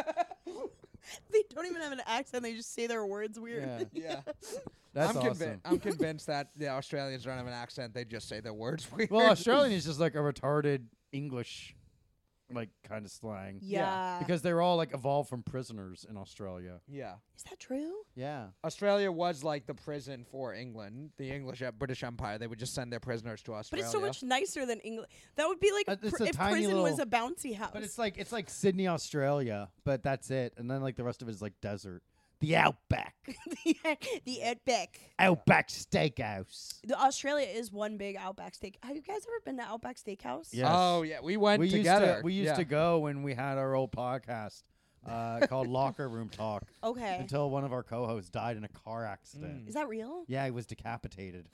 they don't even have an accent. They just say their words weird. Yeah, yeah. that's I'm, awesome. convin- I'm convinced that the Australians don't have an accent. They just say their words weird. Well, Australian is just like a retarded English, like kind of slang. Yeah. Because they were all like evolved from prisoners in Australia. yeah. Is that true? Yeah. Australia was like the prison for England, the English uh, British Empire. They would just send their prisoners to But Australia. it's so much nicer than England. That would be like Uh, a it's pr- a if tiny prison was little- a bouncy house. But it's like it's like Sydney, Australia, but that's it. And then like the rest of it is like desert. The Outback. the outback. Outback Steakhouse. The Australia is one big Outback Steak. Have you guys ever been to Outback Steakhouse? Yes. Oh yeah, we went we together. used to we used Yeah. to go when we had our old podcast uh, called Locker Room Talk Okay. Mm. until one of our co-hosts died in a car accident. Is that real? Yeah, he was decapitated.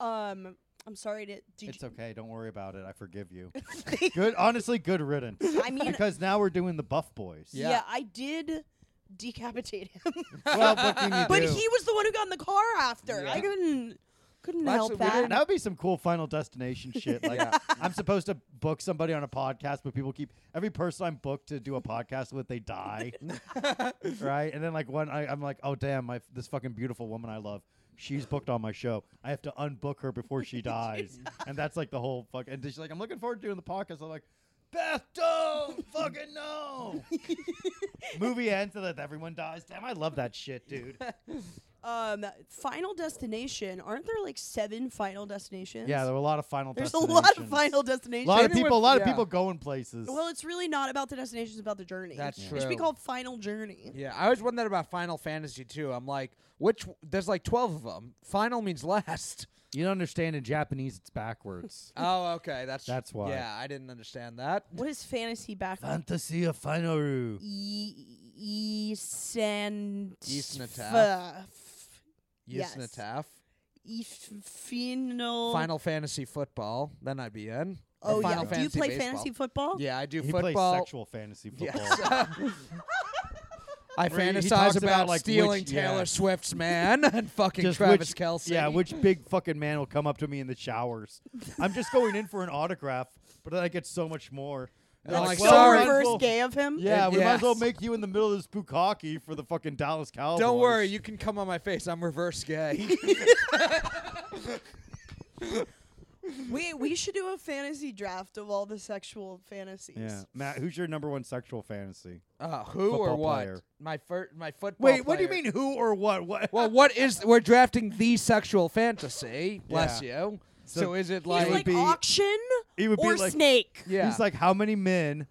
Um, I'm sorry to. Did It's you, okay. Don't worry about it. I forgive you. good. Honestly, good riddance. I mean, because now we're doing the Buff Boys. Yeah. yeah. I did decapitate him, Well, what can you but do? he was the one who got in the car after. Yeah. I couldn't couldn't That's- we help didn't that. that would be some cool final destination shit. Like Yeah. I'm supposed to book somebody on a podcast, but people keep every person I'm booked to do a podcast with, they die. right? And then like one I, I'm like, oh damn, my this fucking beautiful woman I love. She's booked on my show. I have to unbook her before she dies. and that's like the whole fuck and she's like, I'm looking forward to doing the podcast. I'm like, Beth, don't fucking no. Movie ends and then everyone dies. Damn, I love that shit, dude. Um, Final Destination. Aren't there like seven Final Destinations? Yeah, there were a lot of final There's a lot of Destinations. Final A Destinations. lot of Maybe with- people, a lot yeah. of people going places. well, it's really not about the destination; it's about the journey. That's It should true. be called Final Journey. Yeah, I always wondered about Final Fantasy too. I'm like, which there's like 12 of them. Final means last. you don't understand in Japanese, it's backwards. Oh, okay, that's That's why. Yeah, I didn't understand that. What is fantasy E-, backwards? Fantasy of Finoru. Easant. Yisnataf. Yes. Yes. Nataf. E-, Final. Final Fantasy football. Then I'd be in. Or Oh Final yeah. Do you play baseball. fantasy football? Yeah, I do He football. plays sexual fantasy football. Yes. I Where he- he fantasize talks about, about, like, stealing which- Taylor yeah. Swift's man and fucking Just Travis which, Kelsey. Yeah, which big fucking man will come up to me in the showers? I'm just going in for an autograph, but then I get so much more. And They're I'm like, so sorry. might as reverse well- gay of him. Yeah, we might as well Yes. make you in the middle of this bukkake for the fucking Dallas Cowboys. Don't worry, you can come on my face. I'm reverse gay. We we should do a fantasy draft of all the sexual fantasies. Yeah, Matt, who's your number one sexual fantasy? uh, who or Football what? player. My first, my football. Wait, what do you player. mean who or what? What? Well, what is? We're drafting the sexual fantasy. Bless you. So, So is it He's like? like, would be- auction it would be or like- snake. yeah. He's like, how many men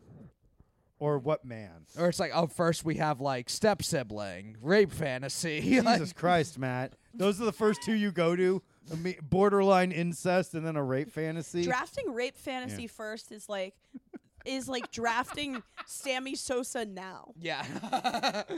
or what man? or it's like, oh, first we have like step sibling, rape fantasy. like- Jesus Christ, Matt. Those are the first two you go to. I mean, borderline incest and then a rape fantasy. Drafting rape fantasy first is like is like drafting Sammy Sosa now. yeah.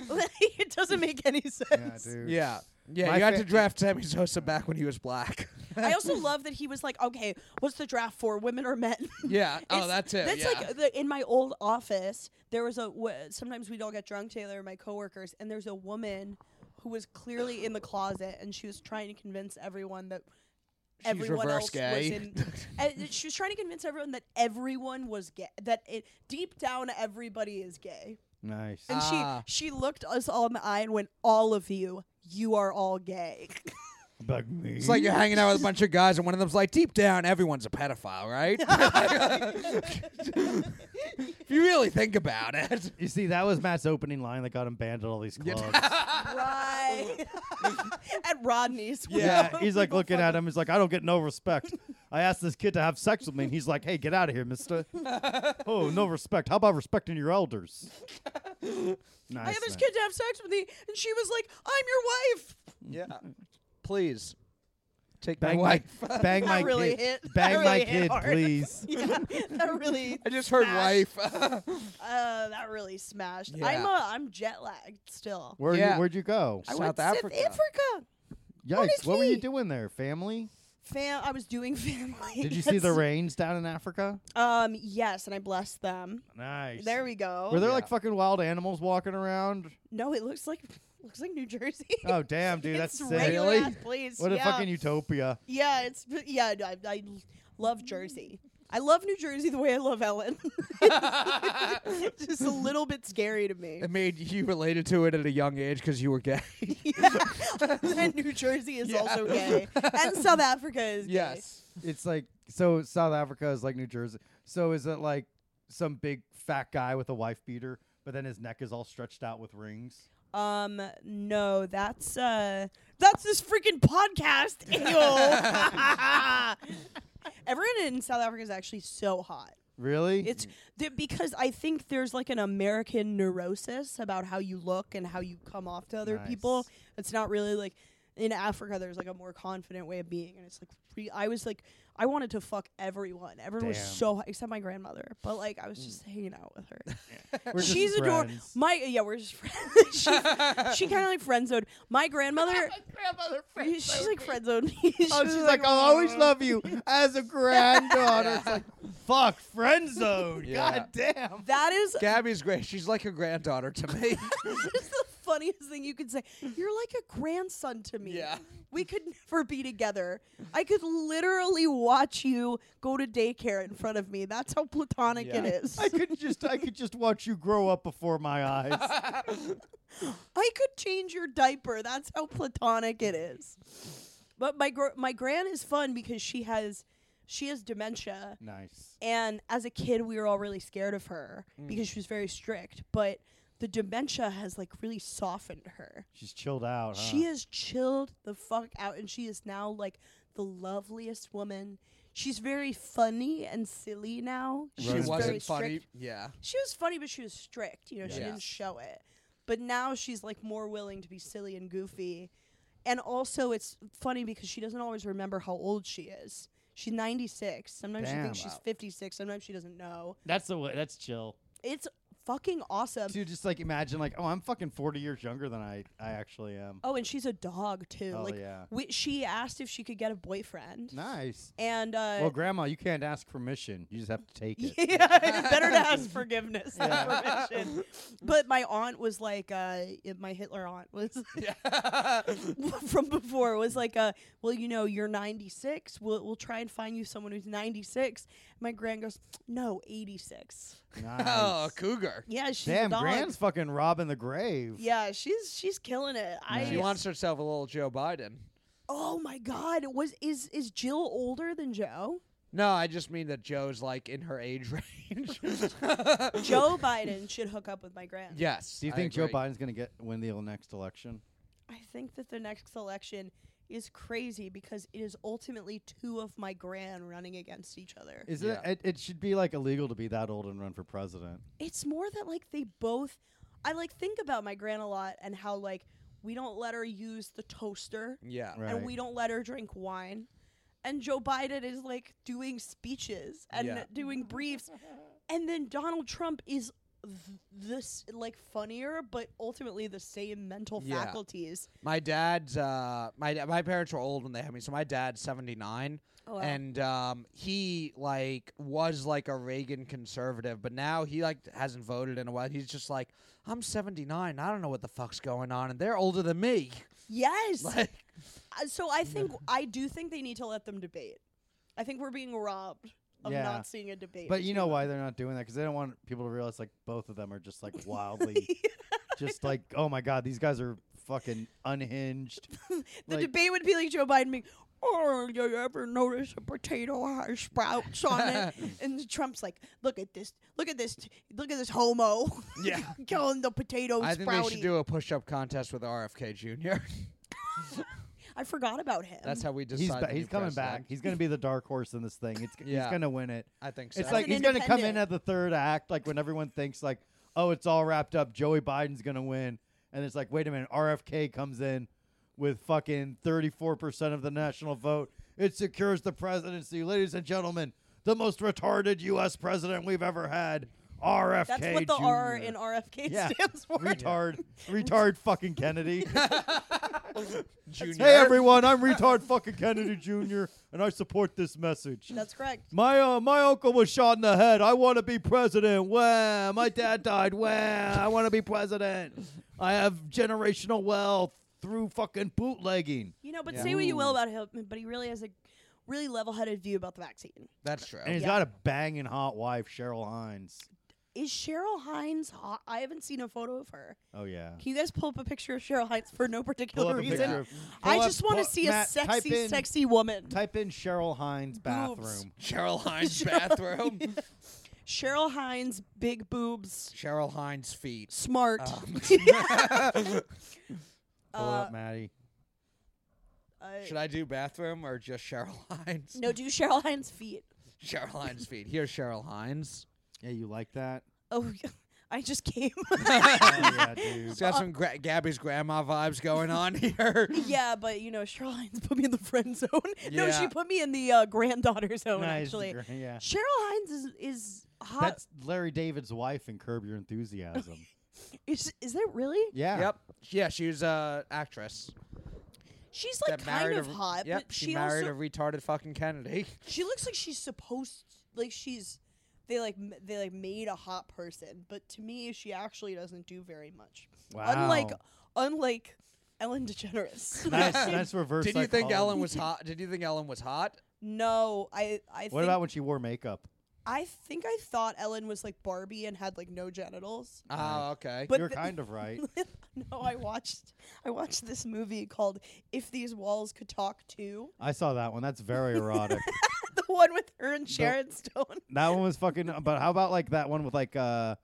Like, it doesn't make any sense. yeah, dude. yeah. Yeah, My you had fa- to draft Sammy Sosa back when he was black. I also love that he was like, okay, what's the draft for, women or men? yeah. Oh, It's- that's it. That's yeah. like the, in my old office. There was a w- sometimes we'd all get drunk, Taylor, and my coworkers, and there's a woman who was clearly in the closet, and she was trying to convince everyone that everyone reverse else gay. was in. and that she was trying to convince everyone that everyone was gay. That it, deep down, everybody is gay. Nice. And Ah. she she looked us all in the eye and went, "All of you, you are all gay." Bug me. It's like you're hanging out with a bunch of guys, and one of them's like, deep down, everyone's a pedophile, right? if you really think about it. you see, that was Matt's opening line that got him banned at all these clubs. right. At Rodney's. we yeah, all- he's we like all looking at fucking- him. He's like, I don't get no respect. I asked this kid to have sex with me, and he's like, Hey, get out of here, Mister. oh, no respect. How about respecting your elders? Nice. I have this man. kid to have sex with me, and she was like, "I'm your wife." Yeah. Please. Take Bang my my, wife. bang That my really kid. hit. That Bang my really hit kid, hard. please. Yeah, that really, I just heard wife. uh, that really smashed. Yeah. I'm, uh, I'm jet lagged still. Where Yeah. you, where'd you go? I I South went to Africa. Africa. Yikes! What were you honestly. doing there, family? Fam, I was doing family. Did you see the That's- rains down in Africa? Um, yes, and I blessed them. Nice. There we go. Were there like Yeah. fucking wild animals walking around? no, it looks like looks like New Jersey. Oh damn, dude, that's it's sick. regular Really? ass place. What a yeah. fucking utopia. yeah, it's yeah. I, I love Jersey. I love New Jersey the way I love Ellen. it's just a little bit scary to me. it made you related to it at a young age because you were gay. Yeah. and New Jersey is Yeah. also gay, and South Africa is. gay. It's like so South Africa is like New Jersey. So is it like some big fat guy with a wife beater, but then his neck is all stretched out with rings? Um. No, that's uh, that's this freaking podcast. Ew. Everyone in South Africa is actually so hot. Really? It's th- because I think there's like an American neurosis about how you look and how you come off to other people. Nice. It's not really like in Africa. There's like a more confident way of being, and it's like re- I was like I wanted to fuck everyone. Everyone was Damn. Mm. so hot, except my grandmother, but like I was just hanging out with her. We're just She's adorable. friends. My yeah, we're just friends. she she kind of like friend zoned. My grandmother, grandmother she's like friend zoned. me. She Oh, was she's like, I'll always "Aw." love you as a granddaughter. Yeah. It's like, fuck, friend zone. Yeah. God damn. That is Gabby's great. She's like a granddaughter to me. It's the funniest thing you could say. You're like a grandson to me. Yeah. We could never be together. I could literally watch you go to daycare in front of me. That's how platonic Yeah. it is. I could just I could just watch you grow up before my eyes. I could change your diaper. That's how platonic it is. But my gr- my gran is fun because she has she has dementia nice. and as a kid we were all really scared of her because she was very strict, but the dementia has like really softened her. She's chilled out. She huh? has chilled the fuck out, and she is now like the loveliest woman. She's very funny and silly now. She Right. she She's wasn't very funny. Strict. Yeah. She was funny, but she was strict. You know, she Yeah. didn't show it. But now she's like more willing to be silly and goofy. And also, it's funny because she doesn't always remember how old she is. She's 96. Sometimes she Damn. thinks she's Wow. 56. Sometimes she doesn't know. That's the way. That's chill. It's fucking awesome. to just like imagine like, oh, I'm fucking 40 years younger than I I actually am. Oh, and she's a dog too. Oh, like, yeah. we, she asked if she could get a boyfriend. Nice. And uh, Well, grandma, you can't ask permission. You just have to take it. Yeah, it's better to ask forgiveness than permission. But my aunt was like, uh, it- my Hitler aunt was from before was like, uh, well, you know, you're 96. We'll we'll try and find you someone who's 96. My grand goes, no, 86. Nice. Oh, cougar. Yeah, she's a Damn, dog. grand's fucking robbing the grave. Yeah, she's she's killing it. I She wants herself a little Joe Biden. oh my god, it was is is Jill older than Joe? No, I just mean that Joe's like in her age range. Joe Biden should hook up with my grand. Yes. Do you I think Joe agree. Biden's gonna get win the next election? I think that the next election is crazy because it is ultimately two of my grand running against each other. Is Yeah. it, it? It should be like illegal to be that old and run for president. It's more that like they both I like think about my gran a lot and how like we don't let her use the toaster Yeah. Right. and we don't let her drink wine. And Joe Biden is like doing speeches and Yeah. doing briefs. And then Donald Trump is th- this like funnier but ultimately the same mental Yeah. faculties. My dad's uh, my da- my parents were old when they had me, so my dad's seventy nine, Oh, wow. and um, he like was like a Reagan conservative, but now he like hasn't voted in a while. He's just like, I'm seventy nine, I don't know what the fuck's going on, and they're older than me. Yes. Like, Uh, so I think I do think they need to let them debate. I think we're being robbed of Yeah. not seeing a debate. But you know why they're not doing that? Because they don't want people to realize like both of them are just like wildly, just like oh my god, these guys are fucking unhinged. the like- debate would be like Joe Biden being, "Oh, do you ever notice a potato has sprouts on it?" and Trump's like, "Look at this! Look at this! Look at this homo! Yeah. killing the potato I think they sprouty." should do a push-up contest with RFK Jr. I forgot about him. That's how we decide. He's the ba- new he's coming president. back. He's gonna be the dark horse in this thing. It's Yeah. he's gonna win it. I think so. It's As like an he's gonna come in independent. at the third act, like when everyone thinks like oh it's all wrapped up, Joey Biden's gonna win, and it's like wait a minute, RFK comes in with fucking thirty four percent of the national vote. It secures the presidency, ladies and gentlemen. The most retarded U.S. president we've ever had. RFK. That's what the Jr. R in RFK Yeah. stands for. retard, retard fucking Kennedy. Junior. hey everyone, I'm retard fucking Kennedy Jr. and I support this message. That's correct. my uh, my uncle was shot in the head. I want to be president. Wow, my dad died. Wow, I want to be president. I have generational wealth through fucking bootlegging. You know, but Yeah. say what you will about him, but he really has a really level-headed view about the vaccine. That's true. And he's Yeah. got a banging hot wife, Cheryl Hines. Is Cheryl Hines hot? I haven't seen a photo of her. Oh yeah. Can you guys pull up a picture of Cheryl Hines for no Pull particular up a reason? picture of- I pull up- just want to pull- see Matt, a type sexy, in- sexy woman. Type in Cheryl Hines bathroom. Cheryl Hines Cheryl- bathroom. Cheryl Hines, big boobs, Cheryl Hines feet. smart. Uh. Um, Pull Uh, up Maddie. uh, should I do bathroom or just Cheryl Hines? no, do Cheryl Hines' feet. Cheryl Hines feet. Here's Cheryl Hines. Yeah, you like that? Oh, I just came. oh, yeah, dude. She's Uh, got some gra- Gabby's grandma vibes going on here. yeah, but you know, Cheryl Hines put me in the friend zone. No, Yeah. she put me in the uh, granddaughter zone. Nice, Actually, gra- yeah. Cheryl Hines is is hot. That's Larry David's wife in Curb Your Enthusiasm. is is that really? yeah. Yep. Yeah, she was a actress She's like that kind married of a, hot, Yep, but she, she, married also a retarded fucking Kennedy. she looks like she's supposed like she's they like m- they like made a hot person, but to me she actually doesn't do very much. Unlike Wow. unlike Ellen DeGeneres. nice, nice reverse. Did you think psychology. Ellen was hot? Did you think Ellen was hot? no, I I think, What about when she wore makeup? I think I thought Ellen was like Barbie and had like no genitals. Uh-huh. Oh, okay. But You're the- kind of right. no, I watched I watched this movie called If These Walls Could Talk Too, I saw that one. That's very erotic. the one with her and Sharon Stone. that one was fucking. But how about like that one with like uh,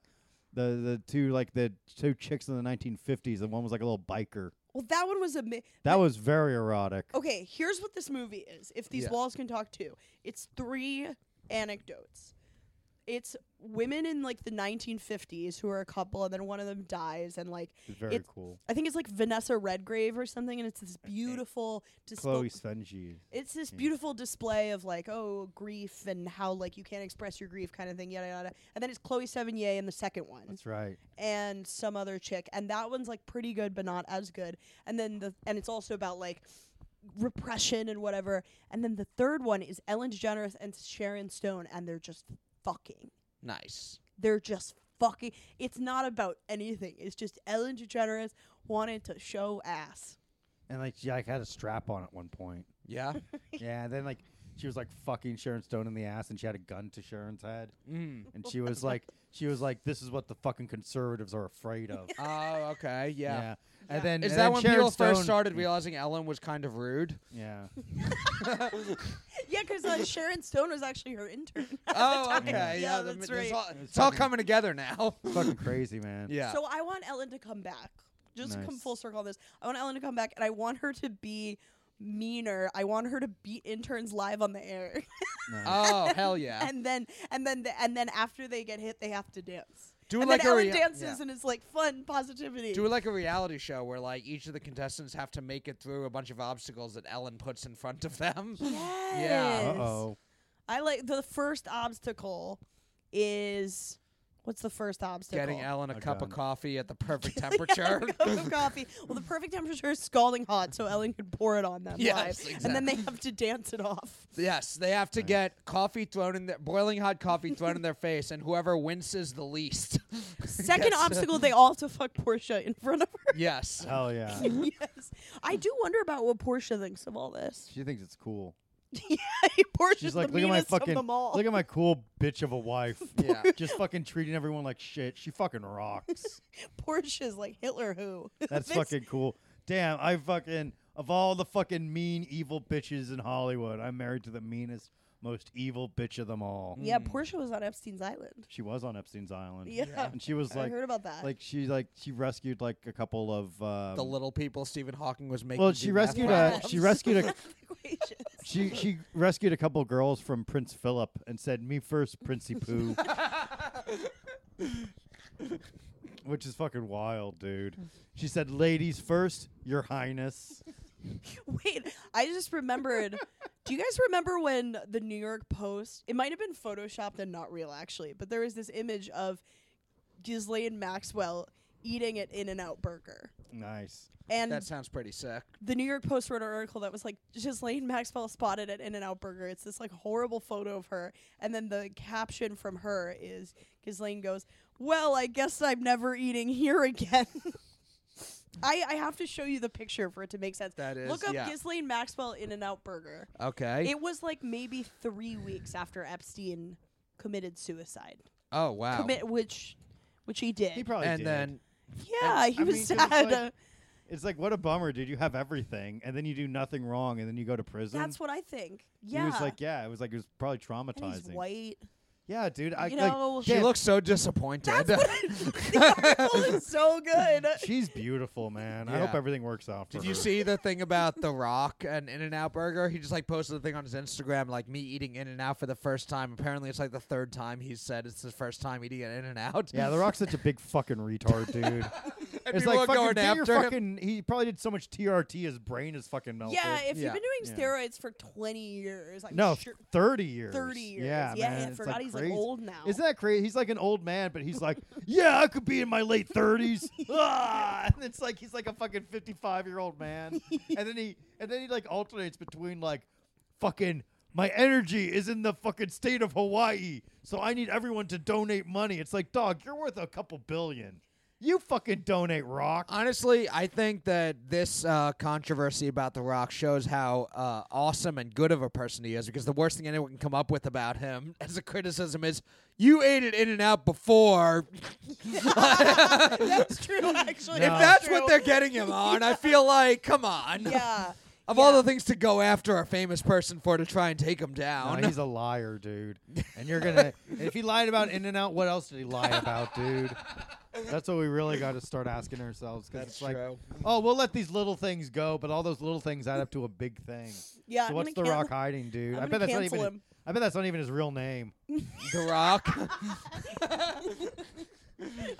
the the two like the two chicks in the 1950s. The one was like a little biker. Well, that one was a mi- That was very erotic. Oh, Okay, here's what this movie is. If these Yeah. walls can talk too, it's three anecdotes. It's women in like the 1950s who are a couple, and then one of them dies, and like It's very it's- cool. I think it's like Vanessa Redgrave or something, and it's this beautiful Chloe display. Svenji. It's this yeah. beautiful display of like oh grief and how like you can't express your grief kind of thing yada yada, and then it's Chloe Sevigny in the second one That's right. and some other chick and that one's like pretty good but not as good and then the and it's also about like repression and whatever and then the third one is ellen degeneres and sharon stone and they're just fucking Nice. they're just fucking it's not about anything it's just ellen degeneres wanted to show ass And like she like had a strap on at one point. Yeah. yeah. And then like she was like fucking Sharon Stone in the ass, and she had a gun to Sharon's head. Mm. And she was like, she was like, this is what the fucking conservatives are afraid of. Oh, okay. Yeah. Yeah. And then Is and that then when Sharon people first Stone- started realizing Ellen was kind of rude? Yeah. yeah because uh, sharon stone was actually her intern Oh, time. okay. Yeah, Yeah, the- that's there's right. all- was it's all fucking- coming together now. fucking crazy, man. yeah. So I want Ellen to come back. Just to come Nice. full circle on this. I want Ellen to come back and I want her to be meaner. I want her to beat interns live on the air. Nice. oh, hell yeah. and then and then the, and then after they get hit they have to dance. Do it and like then a Ellen rea- dances yeah. and it's like fun positivity. Do it like a reality show where like each of the contestants have to make it through a bunch of obstacles that Ellen puts in front of them. Oh. yes. Uh-oh. I like the first obstacle is what's the first obstacle? Getting Ellen a A cup of gun. coffee at the perfect Yeah, temperature. cup of coffee. Well, the perfect temperature is scalding hot, so Ellen could pour it on them Yes, live, and then exactly. they have to dance it off. yes, they have to get coffee thrown in their boiling hot coffee thrown in their face, and whoever winces the least. Second gets to- obstacle, they all have to fuck Portia in front of her. Yes. Hell yeah. yes. I do wonder about what Portia thinks of all this. she thinks it's cool. yeah, Portia's She's the like, look at my meanest fucking, of them all. look at my cool bitch of a wife. Yeah. just fucking treating everyone like shit. She fucking rocks. Portia's like Hitler who. That's This- fucking cool. Damn, I fucking of all the fucking mean evil bitches in Hollywood, I'm married to the meanest, most evil bitch of them all. Yeah, Portia was on Epstein's Island. She was on Epstein's Island. Yeah. Yeah. And she was I like heard about that. like she like she rescued like a couple of um, the little people Stephen Hawking was making. Well, she do math rescued problems. a uh, she rescued a Equations. she she rescued a couple girls from Prince Philip and said, "Me first, Princey Poo," which is fucking wild, dude. She said, "Ladies first, Your Highness." Wait, I just remembered. do you guys remember when the New York Post? It might have been photoshopped and not real, actually, but there was this image of Ghislaine Maxwell eating an In and Out burger. Nice. And That sounds pretty sick. the New York Post wrote an article that was like Ghislaine Maxwell spotted at In and Out Burger. It's this like horrible photo of her, and then the caption from her is Ghislaine goes, "Well, I guess I'm never eating here again." I, I have to show you the picture for it to make sense. That Look is- up yeah. Ghislaine Maxwell In and Out Burger. Okay. It was like maybe three weeks after Epstein committed suicide, oh wow. commit which which he did. Oh, He probably and did. then yeah, he was I mean, 'cause it's sad. like- uh, it's like, what a bummer, dude. You have everything, and then you do nothing wrong, and then you go to prison. that's what I think. Yeah, He was like, yeah, it was like it was probably and he's traumatizing. white. Yeah, dude. I You like, know- she damn, looks so disappointed. That's what I- the article is so good. She's beautiful, man. I hope Yeah. everything works out for Did her. you see the thing about The Rock and In and Out Burger? He just like posted a thing on his Instagram, like me eating In and Out for the first time. Apparently, it's like the third time he said it's his first time eating an In and Out. Yeah, The Rock's such a big fucking retard, dude. and it's people like are fucking, going do your after him. fucking. He probably did so much TRT, his brain is fucking melted. Yeah, if Yeah. you've been doing Yeah. steroids for 20 years, I'm no, sure. thirty years. 30 years. Yeah, Yeah, man, I it's, forgot he's, like, crazy. old now. Isn't that crazy? He's like an old man, but he's like, yeah, I could be in my late thirties. ah! And it's like he's like a fucking fifty-five-year-old man, and then he and then he like alternates between like, fucking. My energy is in the fucking state of Hawaii, so I need everyone to donate money. It's like, dog, you're worth a couple billion. You fucking donate, Rock. Honestly, I think that this uh, controversy about The Rock shows how uh, awesome and good of a person he is. Because the worst thing anyone can come up with about him as a criticism is, "You ate it In and Out before." That's true, actually. Oh. If that's what they're getting him on, I feel like, come on. Yeah. Of all the things to go after a famous person for to try and take him down. No, he's a liar, dude. And you're gonna if he lied about In and Out, what else did he lie about, dude? That's what we really got to start asking ourselves. 'cause That's it's like, true. Oh, we'll let these little things go, but all those little things add up to a big thing. Yeah, Uh, So I'm what's the gonna Rock can- hiding, dude? I'm I bet gonna that's not cancel even. him. I bet that's not even his real name. the Rock.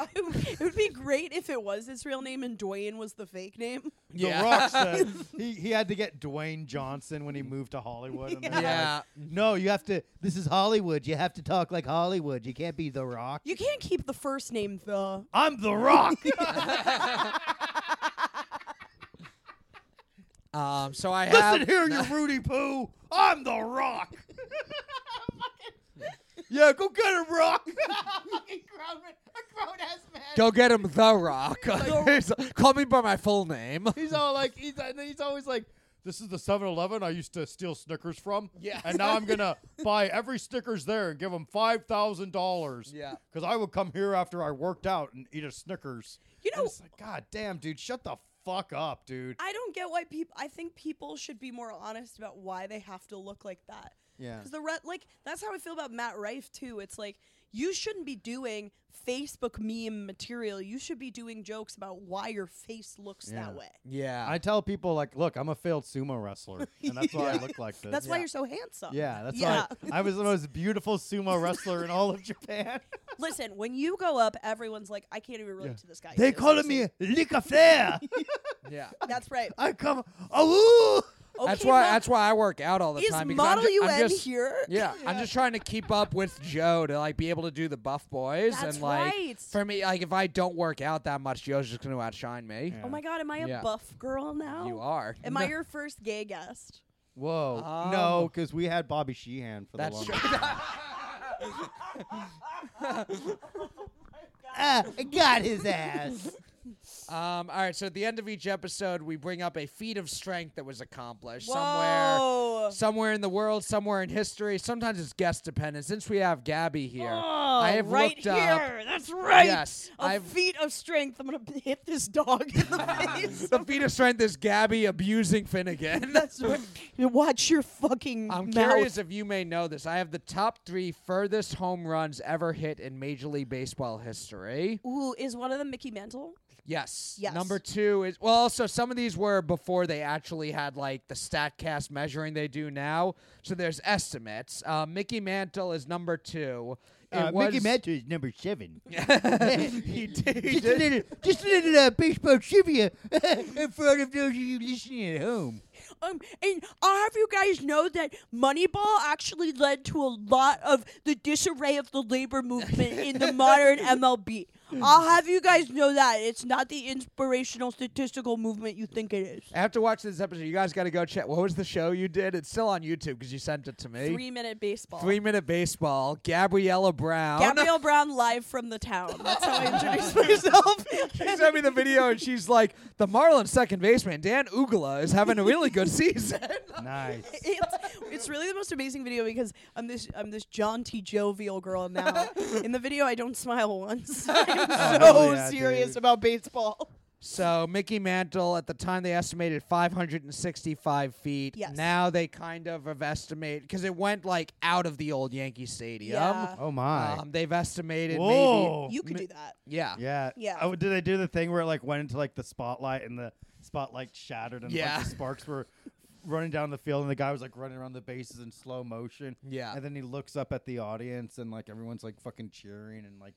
it would be great if it was his real name and Dwayne was the fake name. yeah. The Rock said he, he had to get Dwayne Johnson when he moved to Hollywood. and they're like, Yeah. no, you have to. This is Hollywood. You have to talk like Hollywood. You can't be The Rock. You can't keep the first name, the. I'm The Rock. Um, so I have. Listen here, you Rudy Poo. I'm the Rock. yeah, go get him, Rock. Go get him, The Rock. The- He's- Call me by my full name. he's all like, he's and then he's always like, this is the 7-Eleven I used to steal Snickers from. Yeah. And now I'm gonna buy every Snickers there and give them five thousand dollars. Yeah. Because I would come here after I worked out and eat a Snickers. You And know- it's like, God damn, dude, shut the fuck up, dude. I don't get why people. I think people should be more honest about why they have to look like that. Yeah. Because the re- like that's how I feel about Matt Rife too. It's like you shouldn't be doing Facebook meme material. You should be doing jokes about why your face looks Yeah. that way. Yeah. I tell people like, look, I'm a failed sumo wrestler, and that's why I look like this. That's why Yeah. you're so handsome. Yeah, that's yeah. right. I was the most beautiful sumo wrestler in all of Japan. Listen, when you go up, everyone's like, I can't even relate Yeah. to this guy. they It's called me insane. Lick Flair. yeah. That's right. I come, oh, Okay, that's why. Matt, That's why I work out all the is time. because I'm model ju- I'm UN just- here? Yeah, I'm just trying to keep up with Joe to like be able to do the buff boys That's and like right. for me like if I don't work out that much, Joe's just gonna outshine me. Oh my god, am I a Yeah. buff girl now? You are. Oh. Am I your first gay guest? Whoa, no, because we had Bobby Sheehan for That's the true. longest. Ah, I got his ass. Um, all right, so at the end of each episode, we bring up a feat of strength that was accomplished somewhere, Whoa. somewhere in the world, somewhere in history. Sometimes it's guest dependent. Since we have Gabby here, Oh, I have right looked up here. That's right. Yes, A I've- feat of strength. I'm gonna hit this dog in the face. the feat of strength is Gabby abusing Finnegan. That's right. Watch your fucking I'm mouth. curious if you may know this. I have the top three furthest home runs ever hit in Major League Baseball history. Ooh, is one of them Mickey Mantle? Yes. Yes. Number two is well. Also, some of these were before they actually had like the Statcast measuring they do now. So there's estimates. Uh, Mickey Mantle is number two. It Uh, was, Mickey Mantle is number seven. he did. he just a did. little, just a little uh, baseball trivia for all of those of you listening at home. Um, and I'll have you guys know that Moneyball actually led to a lot of the disarray of the labor movement in the modern MLB. I'll have you guys know that it's not the inspirational statistical movement you think it is. After watching this episode, you guys got to go check. What was the show you did? It's still on YouTube because you sent it to me. Three minute baseball. Three minute baseball. Gabriella Brown. Gabrielle Brown live from the town. That's how I introduced myself. She sent me the video and she's like, the Marlins second baseman, Dan Ugla, is having a really good season. Nice. it's, it's really the most amazing video because I'm this I'm this jaunty jovial girl now. In the video, I don't smile once. I'm so Oh, yeah, serious dude. about baseball. so Mickey Mantle, at the time they estimated 565 feet. Yes. Now they kind of have estimated, because it went like out of the old Yankee Stadium. Yeah. Oh my. Um, they've estimated Whoa. You could Mi- do that. maybe. Yeah. yeah. Yeah. Oh, did they do the thing where it like went into like the spotlight and the spotlight shattered and a Yeah. bunch of sparks were running down the field and the guy was like running around the bases in slow motion. Yeah. And then he looks up at the audience and like everyone's like fucking cheering and like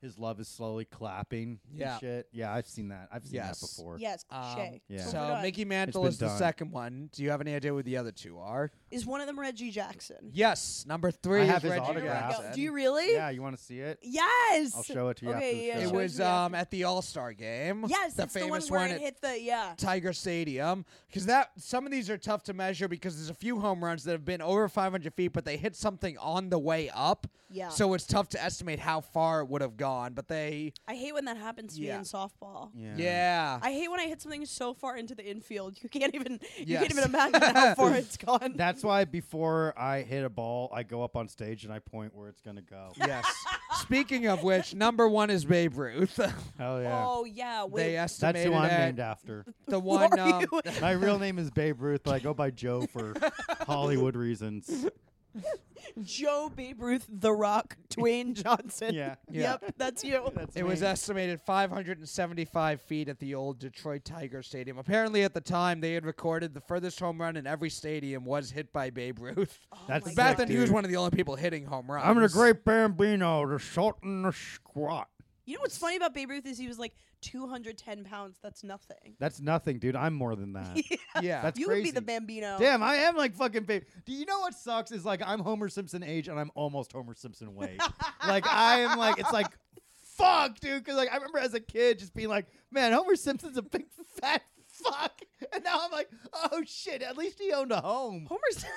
his love is slowly clapping. and Yeah. shit. Yeah, I've seen that. I've seen Yes. that before. Yes, Oh Um, cliche. Yeah. So Totally done. Mickey Mantle been is the done. second one. Do you have any idea what the other two are? is one of them Reggie Jackson? Yes, number three I is have his Reggie autograph. Jackson. Do you really? Yeah, you want to see it? Yes. I'll show it to you Okay, yeah, after the It show. sure. was Yeah. um, at the All Star game. Yes, the it's the one famous where one it at hit the yeah. Tiger Stadium. Because that some of these are tough to measure because there's a few home runs that have been over 500 feet, but they hit something on the way up. Yeah. So it's tough to estimate how far it would have gone. But they, I hate when that happens to me Yeah. in softball. yeah, I hate when I hit something so far into the infield. You can't even you Yes. can't even imagine how far it's gone. That's why before I hit a ball, I go up on stage and I point where it's gonna go. yes. Speaking of which, number one is Babe Ruth. Hell yeah. Oh yeah, wait. they That's estimated who I'm at named after. the Who one. are Um, you? My real name is Babe Ruth, but I go by Joe for Hollywood reasons. Joe Babe Ruth, The Rock, Dwayne Johnson. Yeah. Yeah. Yep, that's you. That's It was me. estimated 575 feet at the old Detroit Tiger Stadium. Apparently, at the time, they had recorded the furthest home run in every stadium was hit by Babe Ruth. That's Oh my Back sick, then, he was dude. one of the only people hitting home runs. I'm the great Bambino, the shot and the squat. You know what's funny about Babe Ruth is he was like 210 pounds. That's nothing. That's nothing, dude. I'm more than that. Yeah. That's you would be the crazy. Bambino. Damn, I am like fucking babe. Do you know what sucks is like I'm Homer Simpson age and I'm almost Homer Simpson weight. like I am like it's like fuck, dude. Because like I remember as a kid just being like, man, Homer Simpson's a big fat fuck, and now I'm like, oh shit. At least he owned a home. Homer's.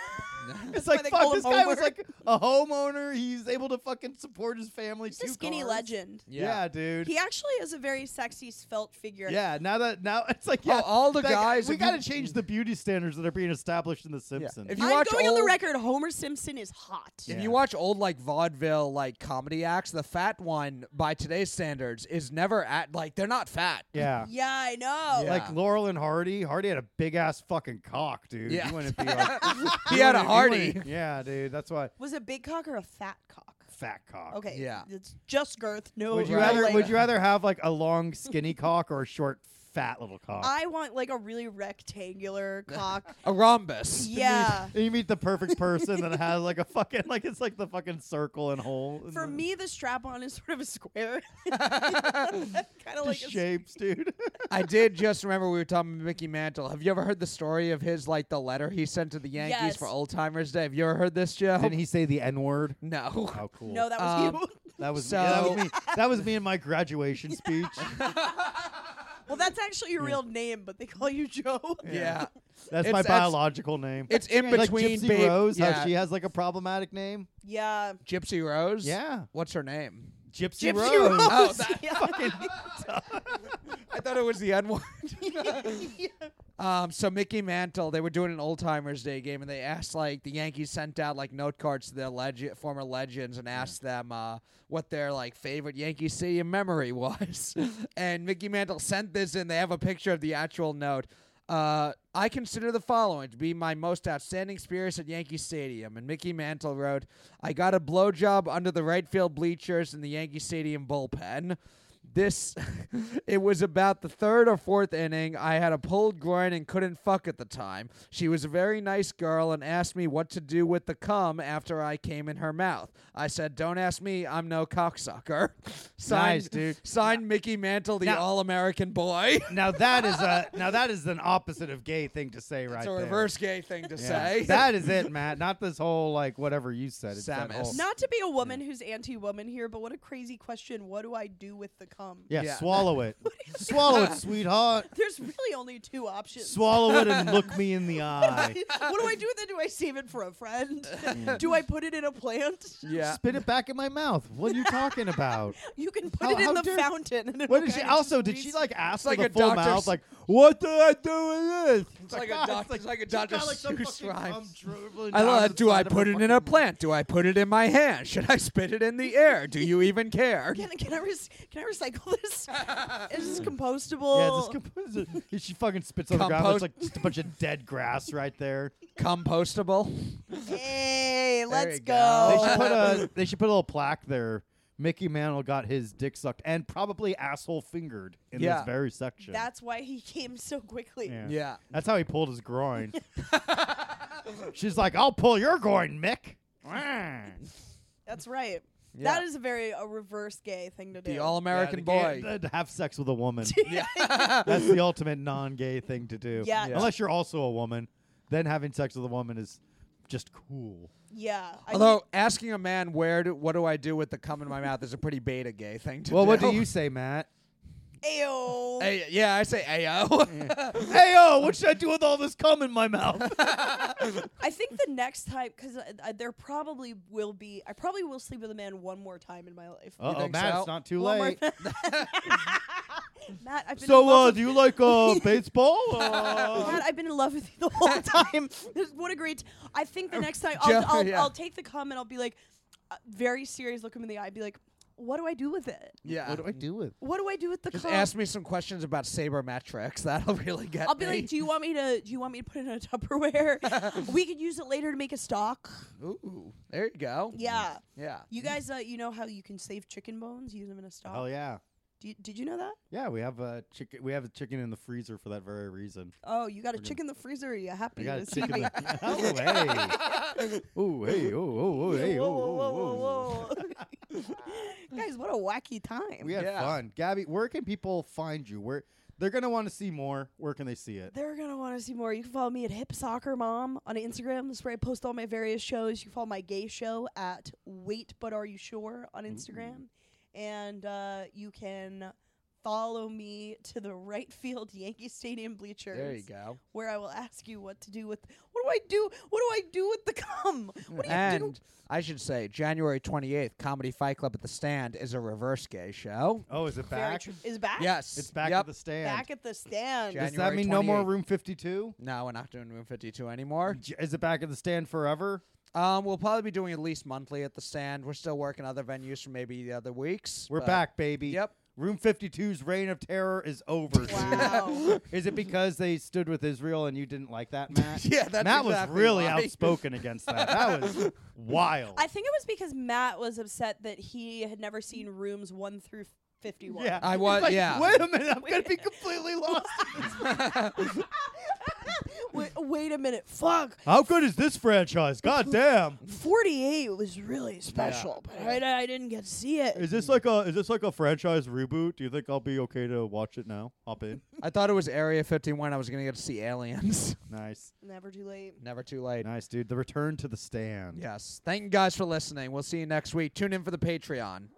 It's why like they fuck. call This him guy was Homer. like a homeowner. He's able to fucking support his family. He's a two skinny cars. legend. Yeah, dude. He actually is a very sexy, svelte figure. yeah, now that now it's like Oh, yeah, all the like, guys- We if got to you- change the beauty standards that are being established in The Simpsons. If you I'm watch going on the old- record. Homer Simpson is hot. If Yeah. you watch old like vaudeville like comedy acts, the fat one by today's standards is never at like they're not fat. yeah, Yeah, I know. Yeah. Like Laurel and Hardy. Hardy had a big ass fucking cock, dude. Yeah. You wouldn't be he like, you had a wouldn't- you Hardy. wouldn't- Yeah, dude. That's why Was a big cock or a fat cock? fat cock. Okay. Oh, Yeah. It's just girth. No. Would you no Right. rather length. would you rather have like a long skinny cock or a short fat little cock? I want like a really rectangular cock. A rhombus. You meet- yeah. you meet the perfect person that has like a fucking like it's like the fucking circle and hole. in For the- me, the strap on is sort of a square. kind of the like a shapes, dude. I did just remember we were talking about Mickey Mantle. Have you ever heard the story of his like the letter he sent to the Yankees Yes. for Old Timers Day? Have you ever heard this, Joe? Didn't he say the N word? no. How Oh, cool. No, that was Um, you. that was me. Yeah, that So- was me. That was me in my graduation speech. well, that's actually your real name, but they call you Joe. Yeah. That's It's- my that's- biological name. It's in like between Gypsy Babe- Rose, yeah. how she has like a problematic name. Yeah. Gypsy Rose? Yeah. What's her name? Gypsy Gypsy, Rose. Rose. Oh, that yeah. Fucking I thought it was the N word. um, so Mickey Mantle, they were doing an old timers day game, and they asked like the Yankees sent out like note cards to their legend, former legends, and asked them uh, what their like favorite Yankee Stadium memory was. and Mickey Mantle sent this, and they have a picture of the actual note. Uh, I consider the following to be my most outstanding experience at Yankee Stadium. And Mickey Mantle wrote, I got a blowjob under the right field bleachers in the Yankee Stadium bullpen this it was about the third or fourth inning i had a pulled groin and couldn't fuck at the time she was a very nice girl and asked me what to do with the cum after i came in her mouth i said don't ask me i'm no cocksucker signed, Nice, dude. signed mickey mantle the Now- all-american boy Now that is a now that is an opposite of gay thing to say right it's a there. reverse gay thing to Yeah. say That is it, Matt. Not this whole like whatever you said. It's that Samus. whole- Not to be a woman who's anti-woman here, but what a crazy question. What do I do with the cum? Yeah, Yeah. swallow it. swallow it, sweetheart. There's really only two options. Swallow it and look me in the eye. what do I do with it? Do I save it for a friend? do I put it in a plant? yeah Spit it back in my mouth. What are you talking about? You can put How- it in how the dare- fountain. And What did she also did she like ask for like the a full Dr. mouth? S- Like, what did I do with this? It's like a God, doc- it's like- it's like a she's got, Dr. like, some Seuss fucking cum rhymes. dribbling I down love, the do I side of put it in a fucking- plant? Do I put it in my hand? Should I spit it in the air? Do you even care? Can, can I rec- can I recycle this? Is this compostable? Yeah, this composer. She fucking spits on the ground. It's Oh. Compost- like just a bunch of dead grass right there. Compostable? Hey, let's you go. go. They should put a they should put a little plaque there. Mickey Mantle got his dick sucked and probably asshole fingered in Yeah. this very section. That's why he came so quickly. Yeah. Yeah. That's how he pulled his groin. She's like, "I'll pull your groin, Mick." That's right. Yeah. That is a very a reverse gay thing to do. The All American Yeah, boy. to get- to have sex with a woman. yeah. That's the ultimate non-gay thing to do. Yeah. Yeah. Unless you're also a woman, then having sex with a woman is just cool. yeah. I Although asking a man where do, what do I do with the cum in my mouth is a pretty beta gay thing to Well, do. what do you say, Matt? think- Ayo. Ay- yeah, I say ayo. hey, yo, what should I do with all this cum in my mouth? I think the next time, because uh, there probably will be, I probably will sleep with a man one more time in my life. You oh, think Matt, so? it's not too One more late. time. Matt, I've been in So, love uh, with do you like uh, baseball? Matt, Uh, I've been in love with you the whole time. This- what a great! I think the next time Joe- I'll, I'll, yeah. I'll take the cum and I'll be like, uh, very serious, look him in the eye, be like, "What do I do with it? yeah. what do I do with? What do I do with the Just cum?" ask me some questions about sabermetrics. That'll really get I'll be me. like, "Do you want me to? Do you want me to put it in a Tupperware? we could use it later to make a stock." Ooh, there you go. Mm. Yeah, Yeah. you guys, uh, you know how you can save chicken bones, use them in a stock. Oh yeah, Do you, did you know that? yeah. We have a chicken. We have a chicken in the freezer for that very reason. Oh, you got a chicken in the freezer. Are you happy We got a to see chicken. in me? the- oh hey, oh hey, oh oh oh hey, oh whoa, whoa, oh whoa, oh. whoa, whoa. guys, what a wacky time! We had Yeah. fun, Gabby. Where can people find you? Where they're gonna want to see more? Where can they see it? They're gonna want to see more. You can follow me at Hip Soccer Mom on Instagram. That's where I post all my various shows. You can follow my gay show at Wait But Are You Sure on Mm-hmm. Instagram, and uh, you can follow me to the right field Yankee Stadium bleachers, There you go. where I will ask you what to do with. What do I do? What do I do with the cum? What do you do? And I should say, January 28th, Comedy Fight Club at the Stand is a reverse gay show. Oh, is it Very back? tr- is back. Yes. It's back yep. at the stand. back at the stand. Jack- Does that January mean no more 28th. room fifty two? No, we're not doing Room 52 anymore. Is it back at the stand forever? Um, we'll probably be doing at least monthly at the stand. We're still working other venues for maybe the other weeks. We're but- back, baby. Yep. Room 52's reign of terror is over. dude. Wow. is it because they stood with Israel and you didn't like that, Matt? Yeah, that's Matt exactly was really why. outspoken against that. That was wild. I think it was because Matt was upset that he had never seen rooms one through fifty-one. yeah, I He's was- like, yeah. Wait a minute, I'm gonna be completely lost. wait, wait a minute. Fuck. How good is this franchise? God damn. 48 was really special, but I, I didn't get to see it. Is this like a is this like a franchise reboot? Do you think I'll be okay to watch it now? Hop in. I thought it was Area 51. I was going to get to see aliens. Nice, Never too late. Never too late. nice, dude. The return to the stand. Yes. Thank you guys for listening. We'll see you next week. Tune in for the Patreon.